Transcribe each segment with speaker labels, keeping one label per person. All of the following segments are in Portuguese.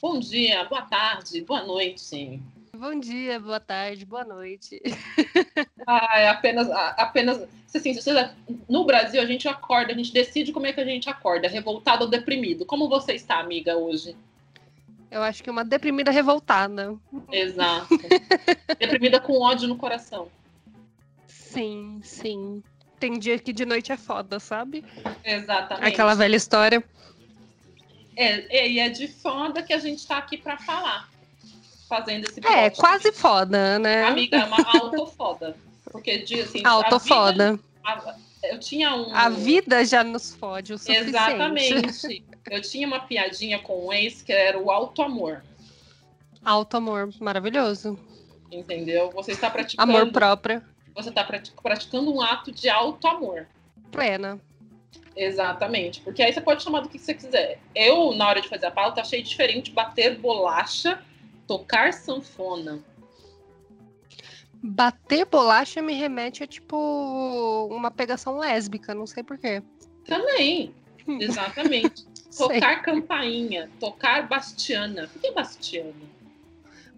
Speaker 1: Bom dia, boa tarde, boa noite.
Speaker 2: Bom dia, boa tarde, boa noite.
Speaker 1: Ah, é apenas, apenas assim, você, no Brasil a gente acorda, a gente decide como é que a gente acorda, revoltado ou deprimido. Como você está, amiga, hoje?
Speaker 2: Eu acho que uma deprimida revoltada.
Speaker 1: Exato. deprimida com ódio no coração.
Speaker 2: Sim, sim. Tem dia que de noite é foda, sabe?
Speaker 1: Exatamente.
Speaker 2: Aquela velha história.
Speaker 1: É, e é de foda que a gente está aqui para falar, fazendo esse
Speaker 2: É,
Speaker 1: debate.
Speaker 2: quase foda, né?
Speaker 1: Amiga, é uma autofoda. Porque diz assim, a
Speaker 2: Autofoda.
Speaker 1: vida- a- eu tinha um.
Speaker 2: A vida já nos fode o suficiente.
Speaker 1: Exatamente. Eu tinha uma piadinha com um ex que era o auto-amor.
Speaker 2: Alto amor, maravilhoso.
Speaker 1: Entendeu? Você está praticando.
Speaker 2: Amor próprio,
Speaker 1: Você está prati- praticando um ato de auto-amor.
Speaker 2: plena.
Speaker 1: Exatamente. Porque aí você pode chamar do que você quiser. Eu, na hora de fazer a pauta, achei diferente bater bolacha, tocar sanfona.
Speaker 2: Bater bolacha me remete a, tipo, uma pegação lésbica, não sei porquê.
Speaker 1: Também. Exatamente.
Speaker 2: Hum. Sei.
Speaker 1: tocar campainha, tocar bastiana. Por que é bastiana?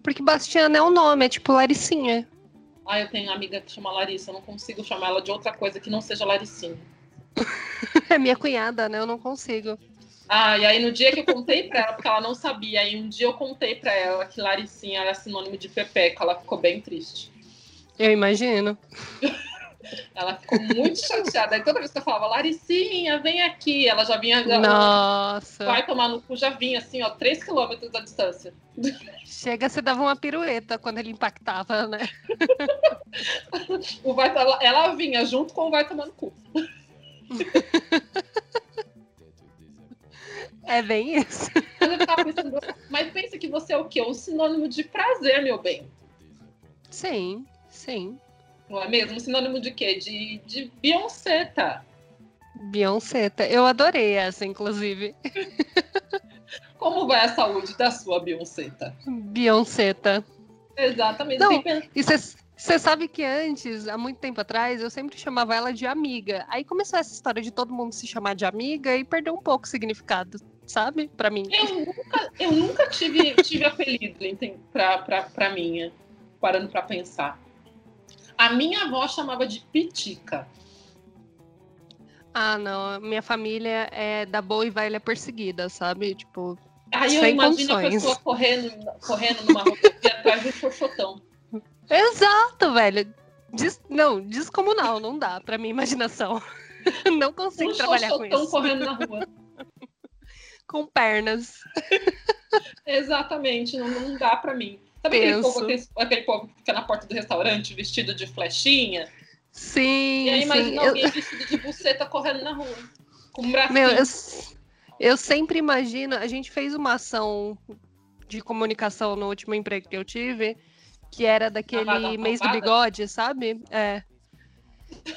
Speaker 2: Porque Bastiana é um nome, é tipo Laricinha.
Speaker 1: Ah, eu tenho uma amiga que chama Larissa, eu não consigo chamar ela de outra coisa que não seja Laricinha.
Speaker 2: É minha cunhada, né? Eu não consigo.
Speaker 1: Ah, e aí no dia que eu contei pra ela, porque ela não sabia, aí um dia eu contei pra ela que Laricinha era sinônimo de Pepeca, ela ficou bem triste.
Speaker 2: Eu imagino.
Speaker 1: Ela ficou muito chateada. Aí toda vez que eu falava, Laricinha, vem aqui, ela já vinha, ela
Speaker 2: Nossa.
Speaker 1: vai tomar no cu, já vinha assim, ó, três quilômetros da distância.
Speaker 2: Chega, você dava uma pirueta quando ele impactava, né?
Speaker 1: O vai, ela, ela vinha junto com o vai tomar no cu.
Speaker 2: É bem isso.
Speaker 1: Mas eu ficava pensando, mas pensa que você é o quê? Um sinônimo de prazer, meu bem.
Speaker 2: Sim, sim.
Speaker 1: Não é mesmo? Sinônimo de quê? De, de Beyoncé, tá?
Speaker 2: Beyoncé, tá- eu adorei essa, inclusive.
Speaker 1: Como vai a saúde da sua Beyoncé? tá?
Speaker 2: Beyoncé. tá?
Speaker 1: Exatamente.
Speaker 2: Não.
Speaker 1: Tem que pensar-
Speaker 2: E você sabe que antes, há muito tempo atrás, eu sempre chamava ela de amiga. Aí começou essa história de todo mundo se chamar de amiga e perdeu um pouco o significado, sabe? Pra mim.
Speaker 1: Eu nunca, eu nunca tive, tive apelido enten- pra, pra, pra minha, parando pra pensar. A minha avó chamava de Pitica.
Speaker 2: Ah, não. Minha família é da boa e velha perseguida, sabe? Tipo,
Speaker 1: Aí eu
Speaker 2: Sem
Speaker 1: imagino a
Speaker 2: condições.
Speaker 1: pessoa correndo, correndo numa rodovia atrás de um chorchotão.
Speaker 2: exato, velho. Des- Não, descomunal, não dá pra minha imaginação. Não consigo
Speaker 1: Um
Speaker 2: trabalhar com
Speaker 1: chorchotão
Speaker 2: isso.
Speaker 1: correndo na rua.
Speaker 2: Com pernas.
Speaker 1: Exatamente, não, não dá pra mim. Sabe aquele
Speaker 2: Penso.
Speaker 1: povo, aquele, aquele povo que fica na porta do restaurante vestido de flechinha?
Speaker 2: Sim,
Speaker 1: E aí
Speaker 2: sim.
Speaker 1: imagina
Speaker 2: Eu-
Speaker 1: alguém vestido de buceta correndo na rua. Com um bracinho.
Speaker 2: Meu, eu, s- eu sempre imagino. A gente fez uma ação de comunicação no último emprego que eu tive, que era daquele
Speaker 1: Chamada
Speaker 2: mês do
Speaker 1: roubada?
Speaker 2: bigode, sabe? É.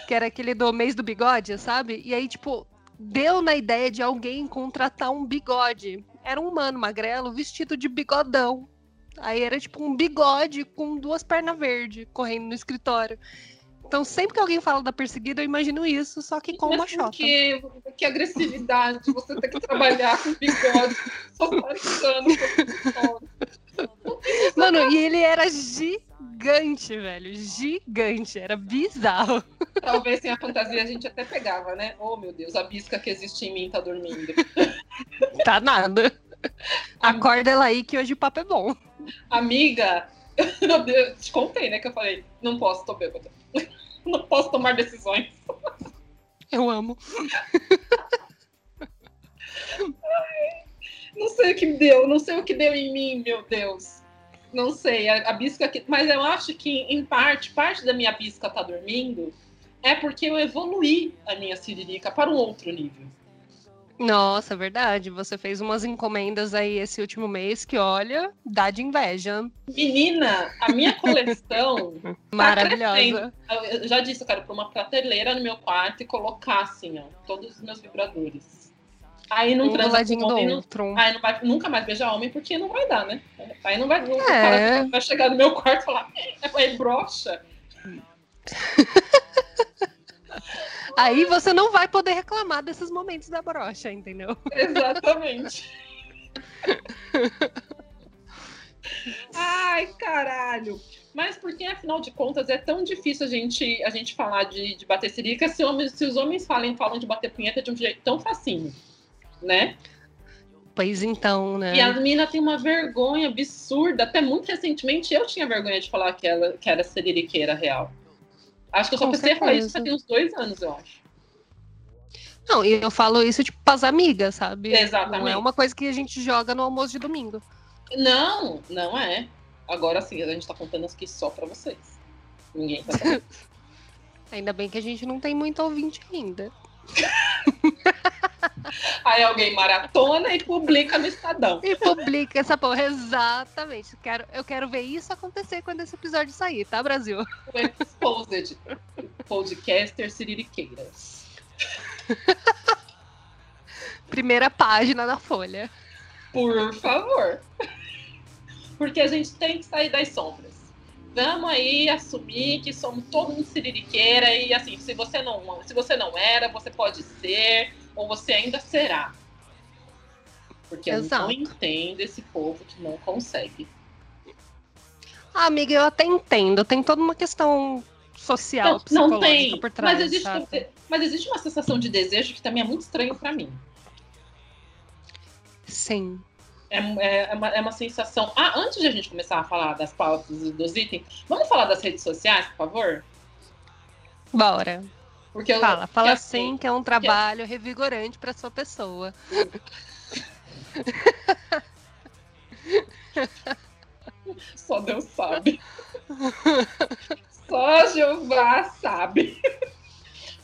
Speaker 2: Que era aquele do mês do bigode, sabe? E aí, tipo, deu na ideia de alguém contratar um bigode. Era um humano magrelo vestido de bigodão. Aí era tipo um bigode com duas pernas verdes correndo no escritório. Então, sempre que alguém fala da perseguida, eu imagino isso, só que
Speaker 1: Mas
Speaker 2: com uma
Speaker 1: por
Speaker 2: chota.
Speaker 1: Que, que agressividade, você tem que trabalhar com bigode, socializando com pessoas.
Speaker 2: Mano, e ele era gigante, velho. Gigante. Era bizarro.
Speaker 1: Talvez sem a fantasia a gente até pegava, né? Oh, meu Deus, a bisca que existe em mim tá dormindo.
Speaker 2: Tá nada. Acorda ela aí que hoje o papo é bom.
Speaker 1: Amiga, eu te contei, né? Que eu falei, não posso, tô bêbada. Não posso tomar decisões.
Speaker 2: Eu amo.
Speaker 1: Não sei o que deu, não sei o que deu em mim, meu Deus. Não sei, a, a bisca que. Mas eu acho que, em parte, parte da minha bisca tá dormindo é porque eu evoluí a minha siririca para um outro nível.
Speaker 2: Nossa, é verdade. Você fez umas encomendas aí esse último mês que, olha, dá de inveja.
Speaker 1: Menina, a minha coleção,
Speaker 2: Tá Maravilhosa.
Speaker 1: eu já disse, eu quero pôr uma prateleira no meu quarto e colocar assim, ó, todos os meus vibradores. Aí não
Speaker 2: Um do
Speaker 1: transa com
Speaker 2: ladinho do
Speaker 1: homem, não,
Speaker 2: outro.
Speaker 1: aí não vai nunca mais beijar homem porque não vai dar, né? Aí não vai, nunca, o cara
Speaker 2: É,
Speaker 1: vai chegar no meu quarto e falar, "Eh, aí brocha.
Speaker 2: aí você não vai poder reclamar desses momentos da brocha, entendeu?
Speaker 1: Exatamente. Ai, caralho. Mas porque, afinal de contas, é tão difícil a gente, a gente falar de, de bater sirica se, homens, se os homens falem, falam de bater punheta de um jeito tão facinho, né?
Speaker 2: Pois então, né?
Speaker 1: E a mina tem uma vergonha absurda. Até muito recentemente eu tinha vergonha de falar que, ela, que era seririqueira real. Acho que eu só
Speaker 2: Com
Speaker 1: comecei a falar
Speaker 2: certeza.
Speaker 1: isso tem uns dois anos, eu acho.
Speaker 2: Não, e eu falo isso, tipo, pras amigas, sabe? Não é
Speaker 1: Exatamente.
Speaker 2: uma coisa que a gente joga no almoço de domingo.
Speaker 1: Não, não é. Agora sim, a gente tá contando as que só pra vocês. Ninguém tá sabendo.
Speaker 2: Ainda bem que a gente não tem muito ouvinte ainda.
Speaker 1: Aí alguém maratona e publica no Estadão.
Speaker 2: E publica essa porra, exatamente. Quero, eu quero ver isso acontecer quando esse episódio sair, tá, Brasil?
Speaker 1: O Exposed. Podcaster Siririqueiras.
Speaker 2: Primeira página da Folha.
Speaker 1: Por favor. Porque a gente tem que sair das sombras. Vamos aí assumir que somos todo mundo siririqueira e assim, se você não, se você não era, você pode ser ou você ainda será. Porque eu não
Speaker 2: Exato.
Speaker 1: entendo esse povo que não consegue.
Speaker 2: Ah, amiga, eu até entendo. Tem toda uma questão social,
Speaker 1: não,
Speaker 2: psicológica
Speaker 1: não tem,
Speaker 2: por trás.
Speaker 1: mas, existe,
Speaker 2: sabe?
Speaker 1: mas existe uma sensação de desejo que também é muito estranho pra mim.
Speaker 2: Sim.
Speaker 1: É, é- é uma, é uma sensação. Ah, antes de a gente começar a falar das pautas e dos itens, vamos falar das redes sociais, por favor?
Speaker 2: Bora.
Speaker 1: Porque eu,
Speaker 2: Fala, fala
Speaker 1: porque assim-
Speaker 2: assim que é um trabalho revigorante para sua pessoa.
Speaker 1: Só Deus sabe. Só Jeová sabe.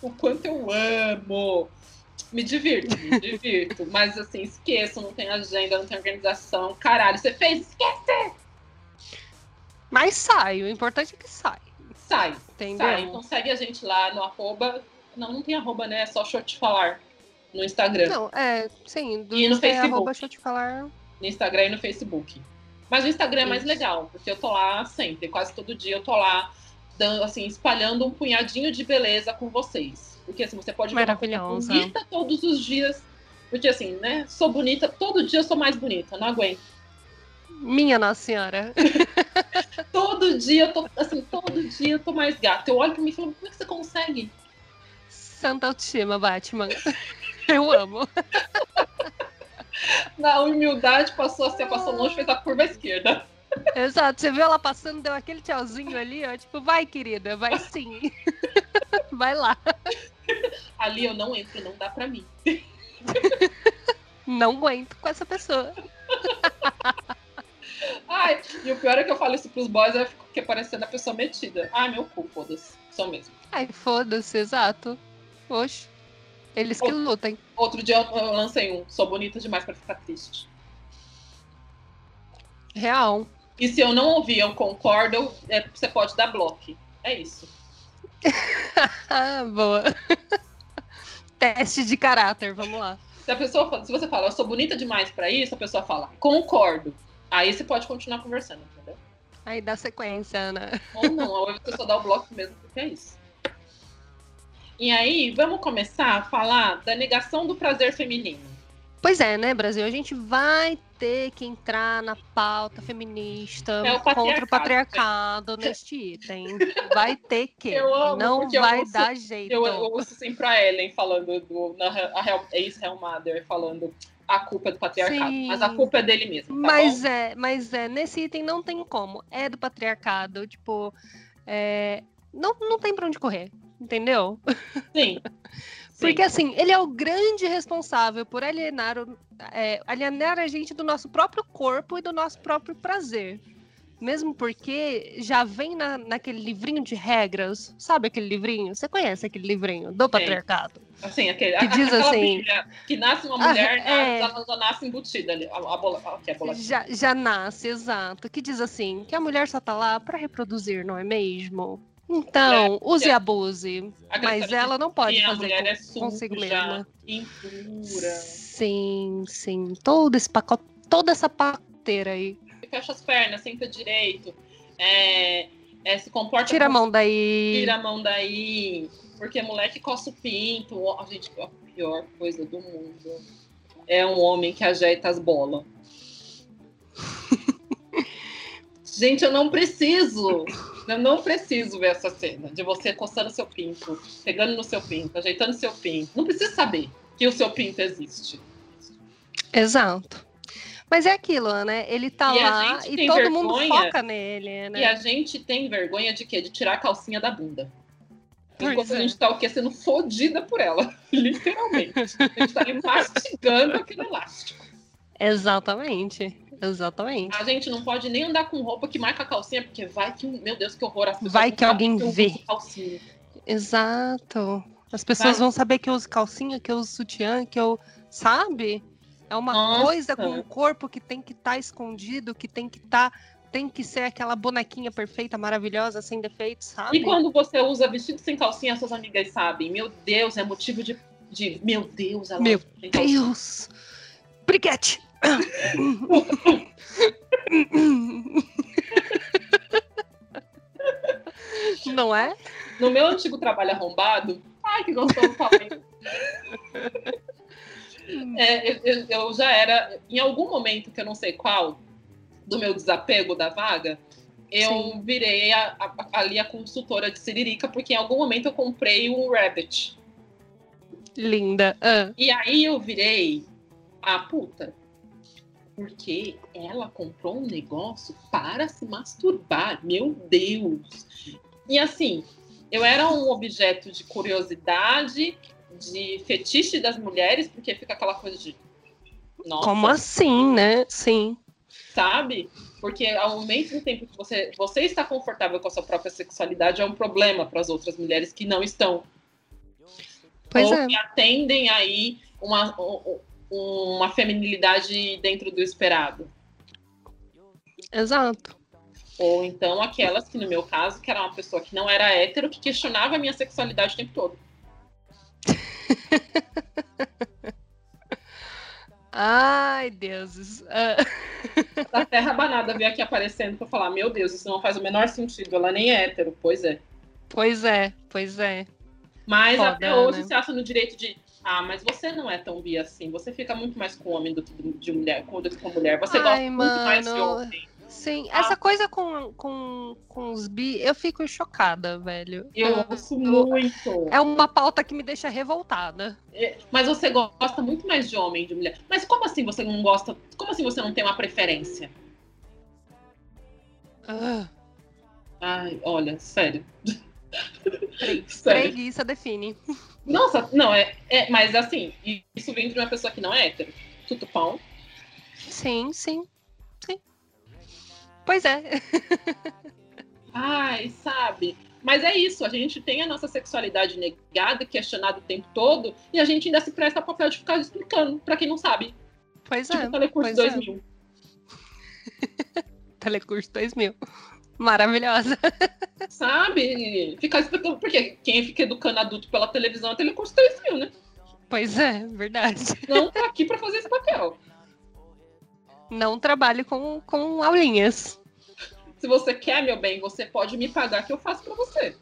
Speaker 1: O quanto eu amo. Me divirto, me divirto. Mas assim, esqueço, não tem agenda, não tem organização. Caralho, você fez? Esquece!
Speaker 2: Mas sai, o importante é que sai.
Speaker 1: Sai,
Speaker 2: Entendeu?
Speaker 1: sai. Então segue a gente lá no arroba. Não, não tem arroba, né? É só show te falar. No Instagram.
Speaker 2: Não, é, sim, do
Speaker 1: E no
Speaker 2: Insta é
Speaker 1: Facebook.
Speaker 2: arroba, deixa eu te falar.
Speaker 1: no Instagram e no Facebook. Mas o Instagram é mais
Speaker 2: Isso.
Speaker 1: legal, porque eu tô lá sempre, quase todo dia eu tô lá, dando, assim, espalhando um punhadinho de beleza com vocês. Porque assim, você pode ver uma coisa
Speaker 2: Maravilhosa.
Speaker 1: bonita todos os dias. Porque assim, né? Sou bonita, todo dia eu sou mais bonita, não aguento.
Speaker 2: Minha Nossa Senhora.
Speaker 1: Todo dia eu tô, assim, todo dia eu tô mais gata. Eu olho pra mim e falo, como é que você consegue?
Speaker 2: Santa Altima, Batman. Eu amo.
Speaker 1: Na humildade passou assim, passou longe, fez a curva à esquerda.
Speaker 2: Exato, você viu ela passando, deu aquele tchauzinho ali, ó. Tipo, vai, querida, vai sim. Vai lá.
Speaker 1: Ali eu não entro, não dá pra mim.
Speaker 2: Não aguento com essa pessoa.
Speaker 1: Ai, e o pior é que eu falo isso pros boys, eu fico parecendo a pessoa metida. Ai, meu cu, foda-se. Sou mesmo.
Speaker 2: Ai, foda-se, exato. Poxa. Eles que lutem.
Speaker 1: Outro dia eu, eu lancei um. Sou bonita demais pra ficar triste.
Speaker 2: Real.
Speaker 1: E se eu não ouvir, eu concordo, eu- é, você pode dar bloco. É isso.
Speaker 2: Ah, boa. Teste de caráter, vamos lá.
Speaker 1: Se a pessoa fala- se você fala, eu sou bonita demais pra isso, a pessoa fala, concordo. Aí você pode continuar conversando, entendeu?
Speaker 2: Aí dá sequência, né? Ana.
Speaker 1: Ou não, ou você só dá o bloco mesmo, porque é isso. E aí, vamos começar a falar da negação do prazer feminino.
Speaker 2: Pois é, né, Brasil? A gente vai ter que entrar na pauta feminista
Speaker 1: É o
Speaker 2: contra
Speaker 1: patriarcado,
Speaker 2: o patriarcado neste item. Vai ter que.
Speaker 1: Eu amo,
Speaker 2: Não
Speaker 1: porque eu
Speaker 2: vai
Speaker 1: ouço-
Speaker 2: dar jeito.
Speaker 1: Eu, eu ouço sempre a Ellen falando do na, a real- ex-Real Mother falando a culpa é do patriarcado.
Speaker 2: Sim.
Speaker 1: Mas a culpa é dele mesmo. Tá bom?
Speaker 2: Mas é, mas é, nesse item não tem como. É do patriarcado, tipo, é, não, não tem pra onde correr, entendeu?
Speaker 1: Sim.
Speaker 2: Porque assim, ele é o grande responsável por alienar, o- é, alienar a gente do nosso próprio corpo e do nosso próprio prazer. Mesmo porque já vem na, naquele livrinho de regras, sabe aquele livrinho? Você conhece aquele livrinho do patriarcado?
Speaker 1: Assim, aquele,
Speaker 2: Que
Speaker 1: a-
Speaker 2: diz
Speaker 1: aquela
Speaker 2: assim-
Speaker 1: Bíblia que nasce uma mulher,
Speaker 2: Ah, é.
Speaker 1: na- já, já nasce embutida ali. A, a bola, a, que é a bola.
Speaker 2: Já, já nasce, exato. Que diz assim: que a mulher só tá lá pra reproduzir, não é mesmo?
Speaker 1: É,
Speaker 2: Então, use e abuse.
Speaker 1: A Greta
Speaker 2: Mas
Speaker 1: Lee
Speaker 2: ela não pode
Speaker 1: dizia, a
Speaker 2: fazer
Speaker 1: mulher
Speaker 2: com-
Speaker 1: é suja,
Speaker 2: consigo mesma.
Speaker 1: impura.
Speaker 2: Sim, sim. Todo esse pacote, toda essa pacoteira aí.
Speaker 1: Fecha as pernas, senta direito. É, é, se comporta
Speaker 2: Tira a
Speaker 1: como-
Speaker 2: mão daí.
Speaker 1: Tira a mão daí. Porque moleque coça o pinto. Ó, A gente, a pior coisa do mundo é um homem que ajeita as bolas. Gente, eu não preciso. Eu não preciso ver essa cena de você coçando seu pinto, pegando no seu pinto, ajeitando seu pinto. Não precisa saber que o seu pinto existe.
Speaker 2: Exato. Mas é aquilo, né? Ele tá
Speaker 1: E a
Speaker 2: lá
Speaker 1: gente
Speaker 2: e
Speaker 1: tem
Speaker 2: todo mundo
Speaker 1: vergonha.
Speaker 2: foca nele,
Speaker 1: E
Speaker 2: né?
Speaker 1: a gente tem vergonha de quê? De tirar a calcinha da bunda.
Speaker 2: Pois
Speaker 1: Enquanto
Speaker 2: é.
Speaker 1: a gente tá o quê? Sendo fodida por ela. Literalmente. A gente tá ali mastigando aquele elástico.
Speaker 2: Exatamente. Exatamente.
Speaker 1: A gente não pode nem andar com roupa que marca a calcinha, porque vai que, meu Deus, que horror. As pessoas
Speaker 2: Vai
Speaker 1: vão
Speaker 2: que alguém
Speaker 1: saber eu
Speaker 2: vê.
Speaker 1: uso Calcinha.
Speaker 2: Exato. As pessoas
Speaker 1: Vai.
Speaker 2: vão saber que eu uso calcinha, que eu uso sutiã, que eu. Sabe? É uma
Speaker 1: Nossa.
Speaker 2: coisa com o corpo que tem que estar escondido, que tem que estar. tem que ser aquela bonequinha perfeita, maravilhosa, sem defeitos, sabe?
Speaker 1: E quando você usa vestido sem calcinha, as suas amigas sabem. Meu Deus, é motivo de. de meu Deus, ela
Speaker 2: Meu
Speaker 1: tem calcinha.
Speaker 2: Deus! Briguete! Não é?
Speaker 1: No meu antigo trabalho arrombado, ai que gostoso também. É, eu, eu- eu já era, em algum momento que eu não sei qual, do meu desapego da vaga, eu
Speaker 2: Sim.
Speaker 1: virei a- a- ali a consultora de Siririca, porque em algum momento eu comprei o Rabbit.
Speaker 2: Linda. Ah,
Speaker 1: E aí eu virei a puta. Porque ela comprou um negócio para se masturbar. Meu Deus! E assim, eu era um objeto de curiosidade, de fetiche das mulheres, porque fica aquela coisa de. Nossa,
Speaker 2: como assim, né? Sim.
Speaker 1: sabe? Porque ao mesmo tempo que você, você está confortável com a sua própria sexualidade, é um problema para as outras mulheres que não estão
Speaker 2: Pois
Speaker 1: ou
Speaker 2: é.
Speaker 1: que atendem aí uma, u- u- uma feminilidade dentro do esperado.
Speaker 2: Exato.
Speaker 1: Ou então aquelas que, no meu caso, que era uma pessoa que não era hétero, que questionava a minha sexualidade o tempo todo.
Speaker 2: Ai, deuses. Ah,
Speaker 1: A terra banada veio aqui aparecendo pra falar, meu Deus, isso não faz o menor sentido, ela nem é hétero, pois é.
Speaker 2: pois é, pois é.
Speaker 1: Mas
Speaker 2: Foda,
Speaker 1: até hoje
Speaker 2: né?
Speaker 1: se acha no direito de, ah, mas você não é tão bi assim, você fica muito mais com homem do que de mulher, do que com mulher, você
Speaker 2: Ai,
Speaker 1: gosta muito mais de
Speaker 2: mano.
Speaker 1: homem.
Speaker 2: Sim,
Speaker 1: Ah.
Speaker 2: essa coisa com, com, com os bi, eu fico chocada, velho.
Speaker 1: Eu ouço muito.
Speaker 2: É uma pauta que me deixa revoltada.
Speaker 1: É, Mas você gosta muito mais de homem de mulher. Mas como assim você não gosta? Como assim você não tem uma preferência?
Speaker 2: Ah,
Speaker 1: Ai, olha, sério. sério.
Speaker 2: preguiça define.
Speaker 1: Nossa, não, é, é. Mas assim, isso vem de uma pessoa que não é hétero. Tudo pão.
Speaker 2: Sim, sim, sim. Pois é.
Speaker 1: Ai, sabe? Mas é isso, a gente tem a nossa sexualidade negada, questionada o tempo todo, e a gente ainda se presta ao papel de ficar explicando, pra quem não sabe.
Speaker 2: Pois
Speaker 1: Tipo
Speaker 2: é.
Speaker 1: o Telecurso
Speaker 2: pois é.
Speaker 1: 2000.
Speaker 2: Telecurso 2000. Maravilhosa.
Speaker 1: Sabe? Ficar explicando, porque quem fica educando adulto pela televisão é Telecurso 3000, né?
Speaker 2: Pois é, verdade.
Speaker 1: Não tá aqui pra fazer esse papel.
Speaker 2: Não trabalho com, com aulinhas.
Speaker 1: Se você quer, meu bem, você pode me pagar que eu faço pra você.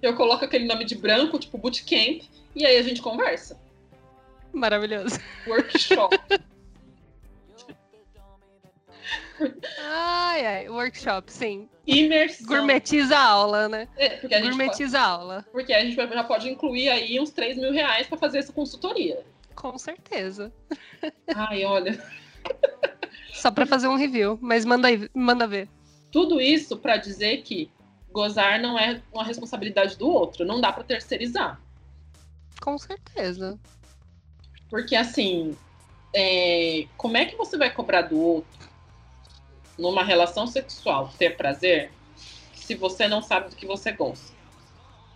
Speaker 1: eu coloco aquele nome de branco, tipo bootcamp, e aí a gente conversa.
Speaker 2: Maravilhoso.
Speaker 1: Workshop.
Speaker 2: Ai, ai. Workshop, sim.
Speaker 1: Imersão.
Speaker 2: Gourmetiza a aula, né?
Speaker 1: É, porque, a gente pode,
Speaker 2: Gourmetiza a aula.
Speaker 1: porque a gente vai- já pode incluir aí uns 3 mil reais pra fazer essa consultoria.
Speaker 2: Com certeza.
Speaker 1: Ai, olha.
Speaker 2: Só pra fazer um review. Mas manda, aí, manda ver.
Speaker 1: Tudo isso pra dizer que gozar não é uma responsabilidade do outro. Não dá pra terceirizar.
Speaker 2: Com certeza.
Speaker 1: Porque assim, é, como é que você vai cobrar do outro numa relação sexual ter prazer se você não sabe do que você gosta?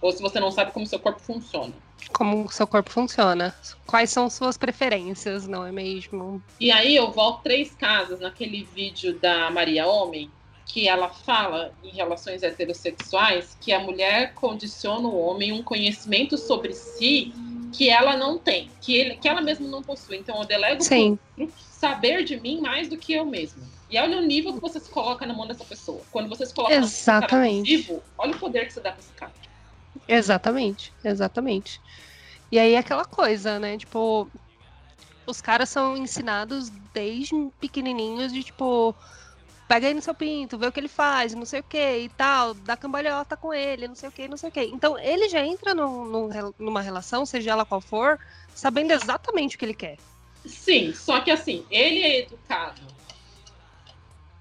Speaker 1: Ou se você não sabe como seu corpo funciona?
Speaker 2: Como o seu corpo funciona. Quais são suas preferências, não é mesmo?
Speaker 1: E aí eu volto três casas naquele vídeo da Maria Homem, que ela fala em relações heterossexuais que a mulher condiciona o homem um conhecimento sobre si que ela não tem, que, ele, que ela mesma não possui. Então eu delego pro
Speaker 2: Sim.
Speaker 1: saber de mim mais do que eu mesmo. E olha o nível que você se coloca na mão dessa pessoa. Quando você se coloca na mão
Speaker 2: Exatamente.
Speaker 1: desse cara abusivo, olha o poder que você dá pra esse cara.
Speaker 2: Exatamente, exatamente. E aí é aquela coisa, né? Tipo, os caras são ensinados desde pequenininhos de tipo. Pega aí no seu pinto, vê o que ele faz, não sei o que e tal, dá cambalhota com ele, não sei o que, não sei o que. Então ele já entra num- num- numa relação, seja ela qual for, sabendo exatamente o que ele quer.
Speaker 1: Sim, só que assim, ele é educado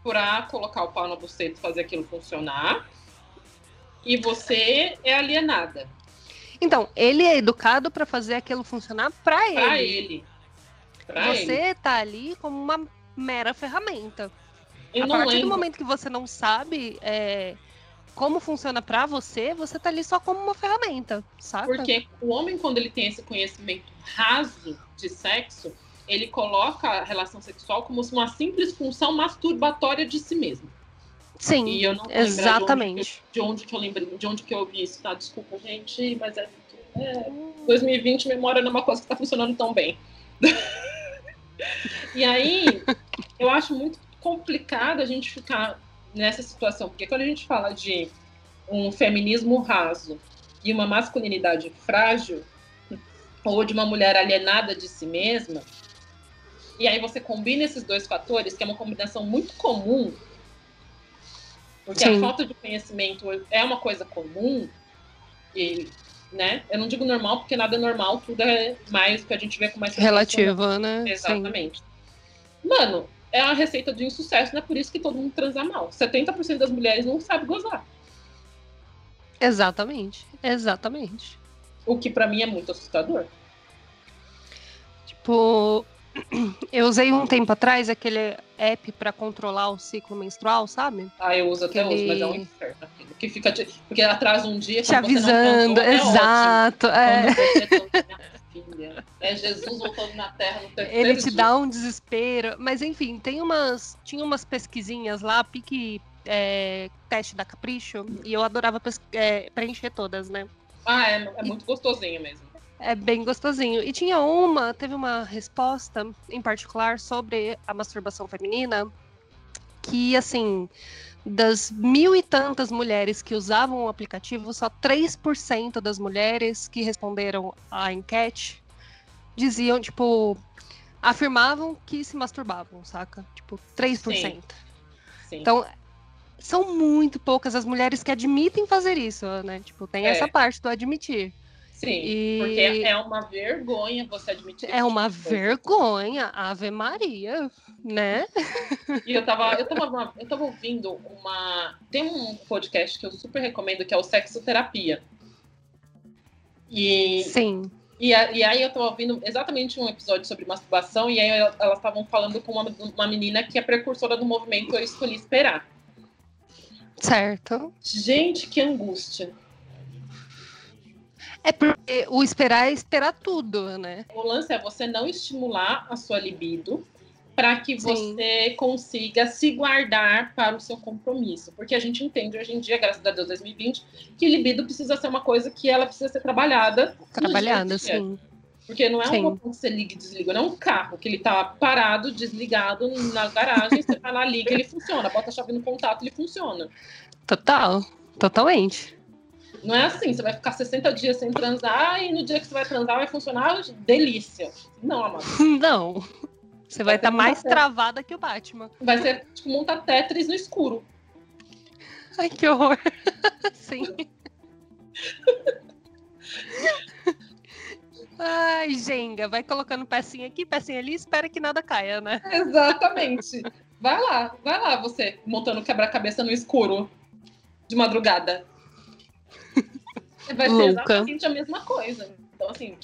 Speaker 1: pra colocar o pau na buceta e fazer aquilo funcionar. E você é alienada
Speaker 2: Então, ele é educado pra fazer aquilo funcionar pra ele.
Speaker 1: pra ele. Pra
Speaker 2: você
Speaker 1: ele.
Speaker 2: tá ali como uma mera ferramenta.
Speaker 1: Eu
Speaker 2: é a
Speaker 1: não
Speaker 2: partir do
Speaker 1: lembro.
Speaker 2: momento que você não sabe é, como funciona pra você, você tá ali só como uma ferramenta, saca?
Speaker 1: Porque o homem, quando ele tem esse conhecimento raso de sexo, ele coloca a relação sexual como uma simples função masturbatória de si mesmo.
Speaker 2: Sim,
Speaker 1: E eu não vou lembrar de onde que eu-
Speaker 2: exatamente.
Speaker 1: De onde que eu lembrei, de onde que eu ouvi isso, tá? Desculpa, gente, mas é, é 2020, memória não é uma coisa que tá funcionando tão bem. e aí, eu acho muito complicado a gente ficar nessa situação, porque quando a gente fala de um feminismo raso e uma masculinidade frágil, ou de uma mulher alienada de si mesma, e aí você combina esses dois fatores, que é uma combinação muito comum, porque
Speaker 2: Sim.
Speaker 1: a falta de conhecimento é uma coisa comum, e, né? Eu não digo normal, porque nada é normal, tudo é mais o que a gente vê com mais frequência.
Speaker 2: Relativa, né? Sim.
Speaker 1: Exatamente. Mano, é a receita de insucesso, não é por isso que todo mundo transa mal. 70% das mulheres não sabe gozar.
Speaker 2: Exatamente. Exatamente.
Speaker 1: O que pra mim é muito assustador.
Speaker 2: Tipo, eu usei um tempo atrás aquele app pra controlar o ciclo menstrual, sabe?
Speaker 1: Ah, eu uso até
Speaker 2: Aquele-
Speaker 1: hoje, mas é um inferno aquilo. Que fica de- Porque atrasa um dia.
Speaker 2: Te
Speaker 1: quando você não
Speaker 2: avisando,
Speaker 1: transou, é ótimo.
Speaker 2: exato. é.
Speaker 1: Quando você transou, minha filha. É Jesus voltando na terra no terceiro
Speaker 2: Ele te
Speaker 1: dia.
Speaker 2: dá um desespero. Mas enfim, tem umas. Tinha umas pesquisinhas lá, pique é, teste da capricho, e eu adorava pes- é, preencher todas, né?
Speaker 1: Ah, é, é muito gostosinho mesmo.
Speaker 2: É bem gostosinho. E tinha uma, teve uma resposta em particular sobre a masturbação feminina, que assim, das mil e tantas mulheres que usavam o aplicativo, só 3% das mulheres que responderam à enquete diziam, tipo, afirmavam que se masturbavam, saca? Tipo, 3%.
Speaker 1: Sim.
Speaker 2: Então, são muito poucas as mulheres que admitem fazer isso, né? Tipo, tem
Speaker 1: É.
Speaker 2: essa parte do admitir.
Speaker 1: Sim.
Speaker 2: e-
Speaker 1: Porque é uma vergonha você admitir. esse
Speaker 2: É uma
Speaker 1: tipo de coisa.
Speaker 2: vergonha, Ave Maria, né?
Speaker 1: E eu tava, eu tava, eu tava ouvindo uma. Tem um podcast que eu super recomendo, que é o Sexoterapia. E,
Speaker 2: Sim.
Speaker 1: e, a- e aí eu tava ouvindo exatamente um episódio sobre masturbação, e aí el- elas estavam falando com uma, uma menina que é precursora do movimento Eu Escolhi Esperar.
Speaker 2: Certo.
Speaker 1: Gente, que angústia.
Speaker 2: É porque o esperar é esperar tudo, né?
Speaker 1: O lance é você não estimular a sua libido para que
Speaker 2: Sim.
Speaker 1: você consiga se guardar para o seu compromisso. Porque a gente entende hoje em dia, graças a Deus 2020, que libido precisa ser uma coisa que ela precisa ser trabalhada. no
Speaker 2: Trabalhando,
Speaker 1: dia a dia.
Speaker 2: assim.
Speaker 1: Porque não é
Speaker 2: Sim.
Speaker 1: um botão que você liga e desliga, não é um carro que ele tá parado, desligado na garagem, você tá na liga, ele funciona. Bota a chave no contato, ele funciona.
Speaker 2: Total. Totalmente.
Speaker 1: Não é assim, você vai ficar 60 dias sem transar e no dia que você vai transar vai funcionar delícia. Não, amado.
Speaker 2: Não. Você vai
Speaker 1: Vai ter
Speaker 2: estar
Speaker 1: que
Speaker 2: mais
Speaker 1: bater.
Speaker 2: travada que o Batman.
Speaker 1: Vai ser tipo monta Tetris no escuro.
Speaker 2: Ai, que horror. Sim. Ai, Jenga, vai colocando pecinha aqui, pecinha ali, espera que nada caia, né?
Speaker 1: Exatamente. Vai lá, vai lá você montando quebra-cabeça no escuro de madrugada. Vai ser
Speaker 2: Louca.
Speaker 1: exatamente a mesma coisa. Então, assim,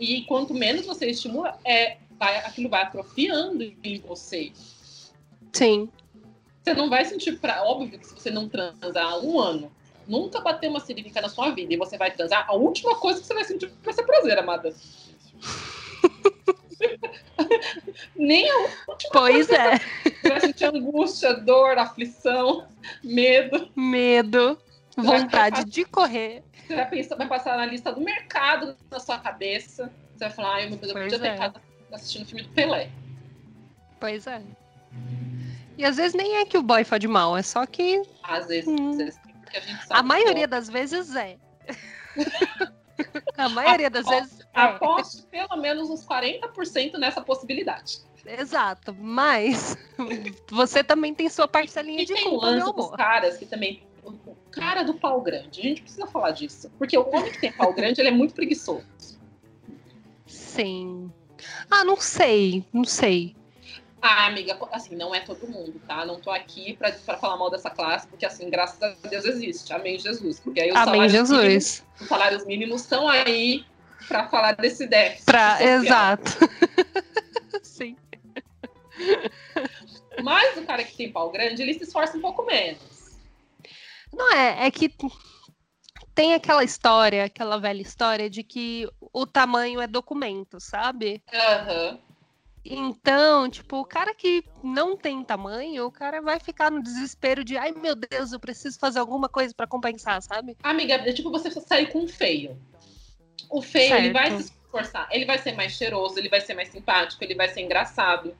Speaker 1: e quanto menos você estimula, é, vai, aquilo vai atrofiando em você.
Speaker 2: Sim.
Speaker 1: Você não vai sentir pra. Óbvio que se você não transar há um ano, nunca bater uma cirílica na sua vida e você vai transar, a última coisa que você vai sentir vai ser prazer, amada. Nem a última
Speaker 2: Pois é.
Speaker 1: Você vai sentir angústia, dor, aflição, medo.
Speaker 2: Medo,
Speaker 1: vai
Speaker 2: vontade de correr.
Speaker 1: Você vai, pensar, vai passar na lista do mercado na sua cabeça. Você vai falar, ai meu Deus, eu
Speaker 2: Pois
Speaker 1: podia estar
Speaker 2: é.
Speaker 1: em casa assistindo o filme do Pelé.
Speaker 2: Pois é. E às vezes nem é que o boy faz de mal, é só que
Speaker 1: Às vezes,
Speaker 2: Hum.
Speaker 1: às vezes, porque a gente sabe. que
Speaker 2: a maioria das vezes é. a maioria das
Speaker 1: Ó.
Speaker 2: vezes
Speaker 1: Aposto pelo menos uns 40% nessa possibilidade.
Speaker 2: é. Exato, mas você também tem sua parcelinha
Speaker 1: E
Speaker 2: de
Speaker 1: tem o
Speaker 2: culpa, meu
Speaker 1: lance dos
Speaker 2: amor.
Speaker 1: caras que também. O cara do pau grande. A gente precisa falar disso. Porque o homem que tem pau grande, ele é muito preguiçoso.
Speaker 2: Sim. Ah, não sei, não sei.
Speaker 1: Ah, amiga, assim, não é todo mundo, tá? Não tô aqui pra, pra falar mal dessa classe, porque, assim, graças a Deus existe. Amém, Jesus. Porque aí os
Speaker 2: Amém,
Speaker 1: salários mínimos-
Speaker 2: Jesus.
Speaker 1: os salários mínimos estão aí pra falar desse déficit.
Speaker 2: Pra,
Speaker 1: social.
Speaker 2: exato. Sim.
Speaker 1: Mas o cara que tem pau grande, ele se esforça um pouco menos.
Speaker 2: Não é, é que tem aquela história, aquela velha história de que o tamanho é documento, sabe?
Speaker 1: Aham.
Speaker 2: Então, tipo, o cara que não tem tamanho, o cara vai ficar no desespero de, ai meu Deus, eu preciso fazer alguma coisa pra compensar, sabe?
Speaker 1: Amiga, é tipo você sair com um feio. O feio, ele
Speaker 2: Certo.
Speaker 1: vai se esforçar. Ele vai ser mais cheiroso, ele vai ser mais simpático, ele vai ser engraçado.